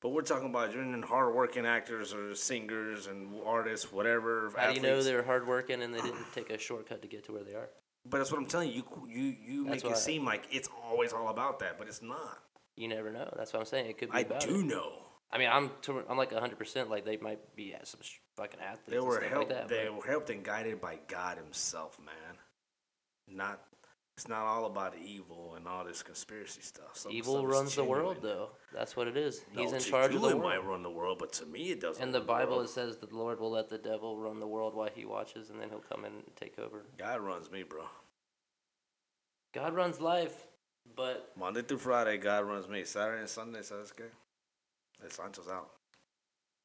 C: But we're talking about you're in hardworking actors or singers and artists, whatever.
B: How do you know
C: athletes.
B: they're hardworking and they didn't take a shortcut to get to where they are?
C: But that's what I'm telling you. You you, you
B: That's
C: make
B: why-
C: it seem like it's always all about that, but it's not.
B: You never know. That's what I'm saying. It could be
C: I
B: about
C: do
B: it.
C: know
B: I mean, I'm tor- I'm like 100 percent like they might be at some sh- fucking athletes.
C: they
B: and
C: were
B: stuff
C: helped.
B: Like that,
C: they
B: but-
C: were helped and guided by God Himself, man. Not it's not all about evil and all this conspiracy stuff. Some
B: Evil
C: stuff is
B: runs the world,
C: genuine.
B: though. That's what it is.
C: No,
B: He's in
C: to
B: charge
C: you
B: of the
C: it
B: world.
C: might run the world, but to me it doesn't.
B: In the
C: run
B: Bible, it
C: world.
B: says that the Lord will let the devil run the world while he watches, and then he'll come in and take over.
C: God runs me, bro.
B: God runs life, but
C: Monday through Friday, God runs me. Saturday and Sunday, so that's good. That's Sancho's out.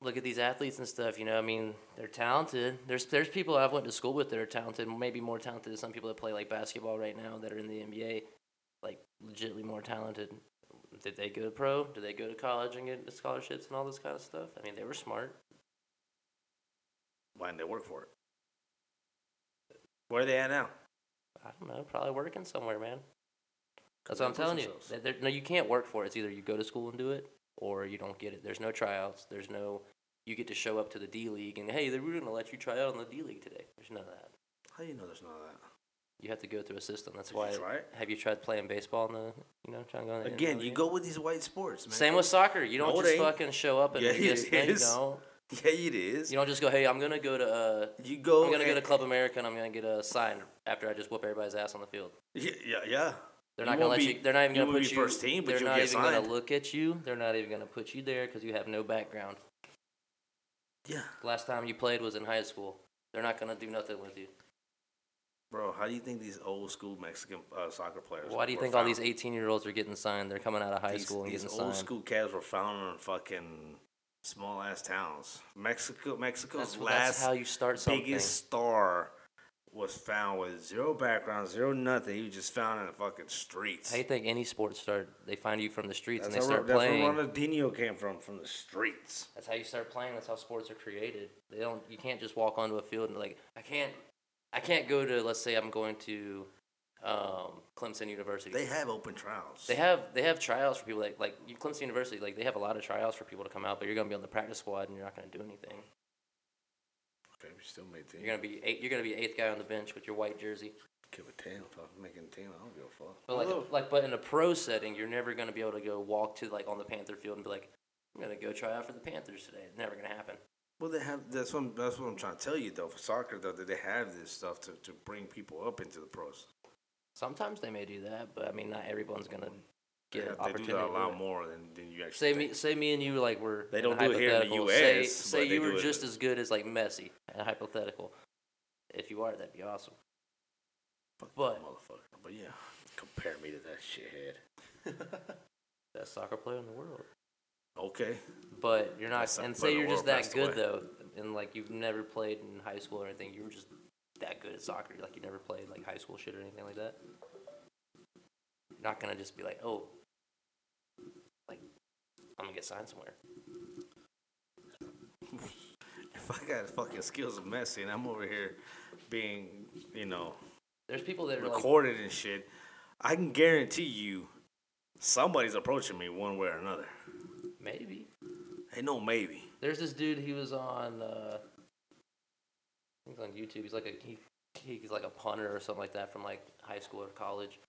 B: look at these athletes and stuff. You know, I mean, they're talented. There's there's people I've went to school with that are talented, maybe more talented than some people that play like basketball right now that are in the NBA, like legitly more talented. Did they go to pro? Did they go to college and get scholarships and all this kind of stuff? I mean, they were smart.
C: Why didn't they work for it? Where are they at now?
B: I don't know, probably working somewhere, man. That's what I'm
C: Couldn't
B: telling
C: push
B: you.
C: themselves.
B: There- there- no, you can't work for it. It's either you go to school and do it, or you don't get it. There's no tryouts. There's no. You get to show up to the D League and hey, they're going to let you try out on the D League today. There's none of that.
C: How do you know there's none of that?
B: You have to go through a system. That's
C: Did you
B: why.
C: try it?
B: Have you tried playing baseball in the? You know, trying to go in the
C: Again,
B: NFL
C: you
B: game?
C: go with these white sports, man.
B: Same with soccer. You don't
C: No, it
B: just
C: ain't.
B: fucking show up and
C: Yeah,
B: do
C: it
B: this thing. You
C: is.
B: don't.
C: Yeah, it is.
B: You don't just go. Hey, I'm gonna go to. Uh,
C: You go.
B: I'm gonna go to
C: and-
B: Club America and I'm gonna get a sign after I just whoop everybody's ass on the field.
C: Yeah, yeah. yeah.
B: They're
C: You
B: not gonna let
C: won't
B: you.
C: be-
B: They're not even
C: you
B: gonna
C: won't
B: put
C: be
B: you.
C: first team, but
B: they're
C: you'll
B: not
C: get
B: even gonna
C: signed.
B: look at you. They're not even gonna put you there because you have no background.
C: Yeah,
B: Last time you played was in high school. They're not gonna do nothing with you.
C: bro. How do you think these old school Mexican uh, soccer players?
B: Why do you
C: were
B: think all
C: found?
B: these 18 year olds are getting signed? They're coming out of high
C: These-
B: school and
C: these
B: getting
C: old
B: signed.
C: school cats were found in fucking small ass towns? Mexico, Mexico's
B: that's,
C: last
B: that's how you start something.
C: biggest star was found with zero background, zero nothing. He was just found in the fucking streets.
B: How you think any sports start? They find you from the streets
C: that's,
B: and they
C: how,
B: start
C: that's
B: playing.
C: where Ronaldinho came from, from the streets.
B: That's how you start playing. That's how sports are created. They don't. You can't just walk onto a field and like I can't. I can't go to. Let's say I'm going to um, Clemson University.
C: They have open trials.
B: They have they have tryouts for people like like you- Clemson University like they have a lot of tryouts for people to come out, but you're gonna be on the practice squad and you're not gonna do anything.
C: Okay, we still made team.
B: You're gonna be eight, you're gonna be eighth guy on the bench with your white jersey.
C: give a damn. Fuck, making team. I don't give a fuck.
B: But like
A: Hello.
B: like but in a pro setting, you're never gonna be able to go walk to like on the Panther field and be like, I'm gonna go try out for the Panthers today. It's never gonna happen.
C: Well, they have. That's what I'm, that's what I'm trying to tell you though. For soccer though, that they have this stuff to, to bring people up into the pros.
B: Sometimes they may do that, but I mean, not everyone's gonna get an
C: Yeah, they
B: opportunity.
C: do that a
B: to do
C: lot
B: it.
C: more than, than you actually.
B: Say
C: think.
B: me, say me and you like were.
C: They
B: in a
C: don't do it here in the
B: hypothetical. Say,
C: US,
B: say
C: but they
B: you
C: do
B: were
C: it-
B: just as good as like Messi, in a hypothetical. If you are, that'd be awesome.
C: Fuck
B: but-
C: that motherfucker. But yeah, compare me to that shithead.
B: Best soccer player in the world.
C: Okay.
B: But you're not,
C: Best soccer
B: and
C: player
B: say
C: in the
B: you're just
C: world
B: that
C: passed
B: good
C: away.
B: though, and like you've never played in high school or anything. You were just that good at soccer, like you never played like high school shit or anything like that. You're not gonna just be like, oh, like I'm gonna get signed somewhere.
C: If I got fucking skills of Messi and I'm over here being, you know,
B: There's people that are like,
C: recorded and shit, I can guarantee you somebody's approaching me one way or another.
B: maybe.
C: Ain't no maybe.
B: There's this dude. He was on. Uh, I think he's on YouTube. He's like a he, he's like a punter or something like that from like high school or college.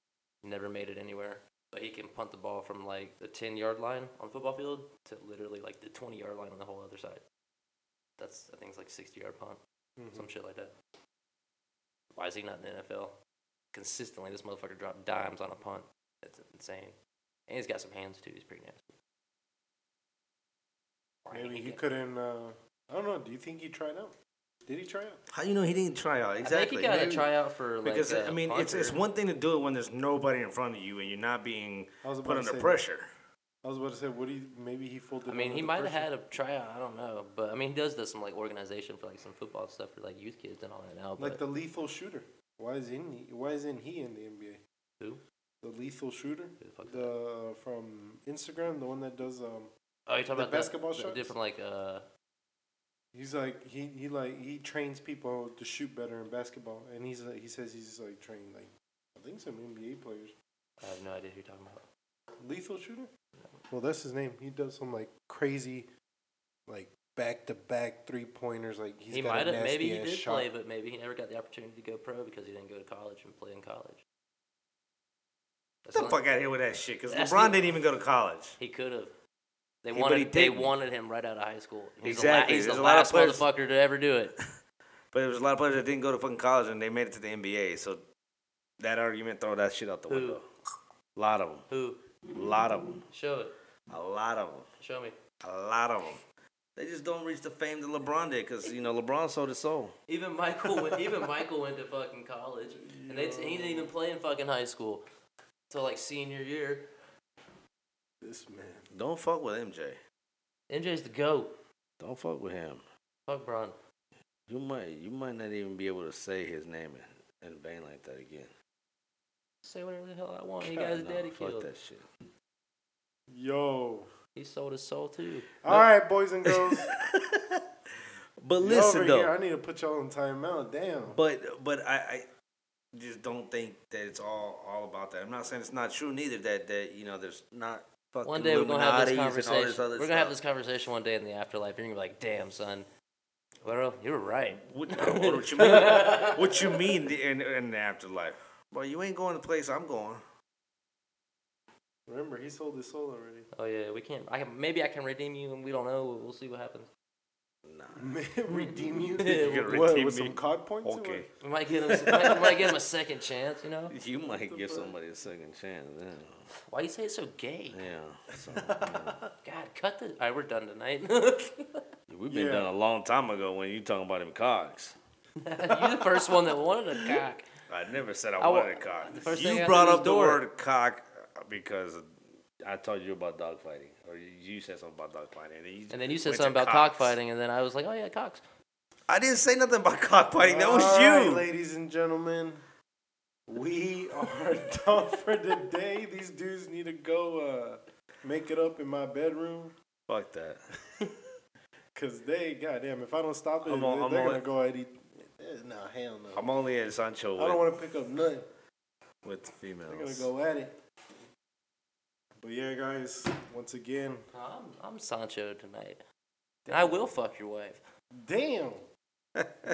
B: Never made it anywhere, but he can punt the ball from like the ten yard line on football field to literally like the twenty yard line on the whole other side. That's I think it's like sixty yard punt,
A: Mm-hmm.
B: some shit like that. Why is he not in the NFL? Consistently, this motherfucker dropped dimes on a punt. That's insane. And he's got some hands too. He's pretty nasty. Why ain't
A: Maybe he
B: get-
A: couldn't. Uh, I don't know. Do you think he tried out? Did he try out?
C: How you know he didn't try out? Exactly.
B: I think he got
C: Maybe-
B: a tryout for like
C: because
B: uh,
C: I mean, it's it's
B: punter.
C: one thing to do it when there's nobody in front of you and you're not being
A: I was about
C: put
A: to
C: under
A: say-
C: pressure.
A: I was about to say, what do you? Maybe he folded.
B: I mean,
A: under
B: he
A: the
B: might have
A: pressure.
B: had a tryout. I don't know, but I mean, he does does some like organization for like some football stuff for like youth kids and all that now. But
A: like the lethal shooter. Why is in he? Why isn't he in the NBA?
B: Who?
A: The lethal shooter.
B: Who the fuck's
A: The uh, from Instagram, the one that does um.
B: oh, you talking
A: the
B: about
A: basketball
B: the,
A: shots?
B: different like uh,
A: He's like he, he like he trains people to shoot better in basketball, and he's like, he says he's like trained like I think some NBA players.
B: I have no idea who you're talking about.
A: Lethal shooter. Well, that's his name. He does some like crazy, like back to back three pointers. Like he's
B: he
A: got
B: might
A: a
B: have,
A: nasty
B: maybe he
A: ass
B: did
A: shot.
B: play, but maybe he never got the opportunity to go pro because he didn't go to college and play in college. That's
C: Get the
B: not-
C: fuck out of here with that shit. Because
B: That's
C: LeBron
B: the-
C: didn't even go to college.
B: He could have. They
C: He- but he
B: wanted they
C: didn't.
B: wanted him right out of high school. He's
C: Exactly.
B: The la- he's
C: There's
B: the
C: a lot of
B: last
C: players-
B: motherfucker to ever do it.
C: But there was a lot of players that didn't go to fucking college and they made it to the NBA. So that argument, throw that shit out the
B: Who?
C: window. A lot of them.
B: Who?
C: A lot of them.
B: Show it.
C: A lot of them.
B: Show me.
C: A lot of them. They just don't reach the fame that LeBron did because, you know, LeBron sold his soul.
B: Even Michael went. even Michael went to fucking college, and they, he didn't even play in fucking high school till like senior year.
A: This man.
C: Don't fuck with MJ.
B: MJ's the goat.
C: Don't fuck with him.
B: Fuck Bron.
C: You might you might not even be able to say his name in, in vain like that again.
B: Say whatever the hell I want. He got his
C: No,
B: daddy
C: fuck
B: killed.
C: that shit.
A: Yo.
B: He sold his soul too.
A: All right, boys and girls.
C: But
A: Y'all
C: listen
A: over
C: though.
A: Here, I need to put y'all in timeout. Damn.
C: But but I, I just don't think that it's all all about that. I'm not saying it's not true neither. That that you know there's not fucking
B: One day we're gonna have this
C: Illuminati's and
B: conversation.
C: all this other
B: we're gonna have this
C: stuff.
B: conversation one day in the afterlife. You're gonna be like, "Damn, son, well, you were right."
C: What, what you mean? what you mean in in the afterlife? Well, you ain't going to the place I'm going.
A: Remember, he sold his soul already.
B: Oh yeah, we can't. I can, maybe I can redeem you, and we don't know. We'll see what happens.
C: Nah.
A: redeem you?
C: gonna
A: what,
C: redeem
A: with
C: me?
A: some card points? or
C: Okay.
B: We might get him. might, might get him a second chance. You know?
C: You might give somebody a second chance. Yeah.
B: Why you say it's so gay?
C: yeah. So, yeah.
B: God, cut the. All right, we're done tonight.
C: We've been
A: Yeah.
C: done a long time ago when you talking about him cocks.
B: You're the first one that wanted a cock.
C: I never said I,
B: I wa-
C: wanted a cock.
B: the first thing
C: you
B: I
C: brought
B: said was
C: up the
B: door.
C: word cock uh, because I told you about dogfighting, or you, you said something about dogfighting, and then you,
B: And then you said
C: went to
B: something about
C: cocks.
B: cockfighting, and then I was like, oh yeah, cocks.
C: I didn't say nothing about cockfighting. That was
A: All right,
C: you.
A: ladies and gentlemen. We are done for today. These dudes need to go uh, make it up in my bedroom.
C: Fuck that.
A: Cause they, goddamn, if I don't stop it,
C: I'm
A: they're
C: all- I'm
A: gonna
C: all-
A: go at eat. eh, Nah, hell no.
C: I'm only at Sancho
A: I don't
C: with,
A: want to pick up none.
C: with
A: They're gonna
C: females.
A: go at it. But yeah, guys, once again,
B: I'm, I'm Sancho tonight. And I will fuck your wife.
A: damn,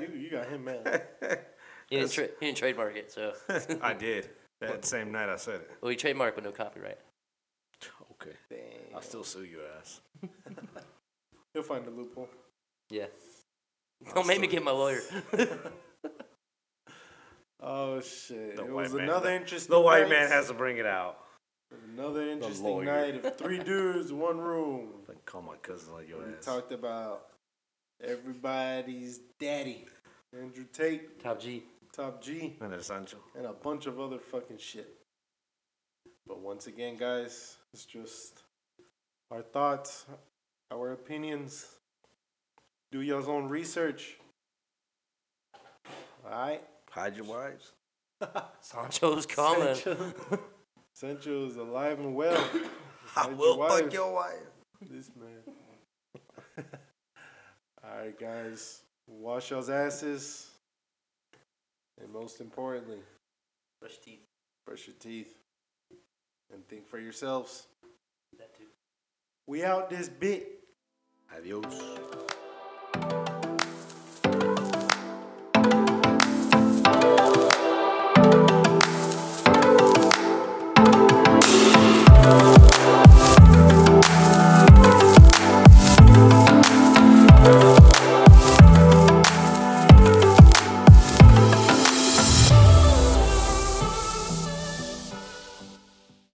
A: you you got him mad.
B: He didn't, tra- he didn't trademark it, so.
C: I did. That same night I said it.
B: Well, he trademarked, but no copyright.
C: Okay.
A: Damn,
C: I'll still sue your ass.
A: he'll find a loophole.
B: Yeah. Don't make me
C: still-
B: get my lawyer.
A: Oh shit!
C: The
A: it
C: white
A: was
C: man-
A: another
C: the-
A: interesting.
C: The white
A: night.
C: man has to bring it out.
A: another interesting
C: lawyer.
A: night of three dudes, one room.
C: Like call my cousin on your
A: We
C: ass.
A: talked about everybody's daddy, Andrew Tate,
B: Top G.
A: Top G,
C: And then Sancho.
A: and a bunch of other fucking shit. But once again, guys, it's just our thoughts, our opinions. Do y'all's own research. All right.
C: Hide your wives.
B: Sancho's calling.
A: Sancho. Sancho is alive and well.
C: I
A: Hide your
C: will fuck
A: wives.
C: your wife.
A: This man. All right, guys. Wash y'all's asses. And most importantly,
B: Brush teeth.
A: brush your teeth. And think for yourselves.
B: That too.
A: We out this bit.
C: Adios.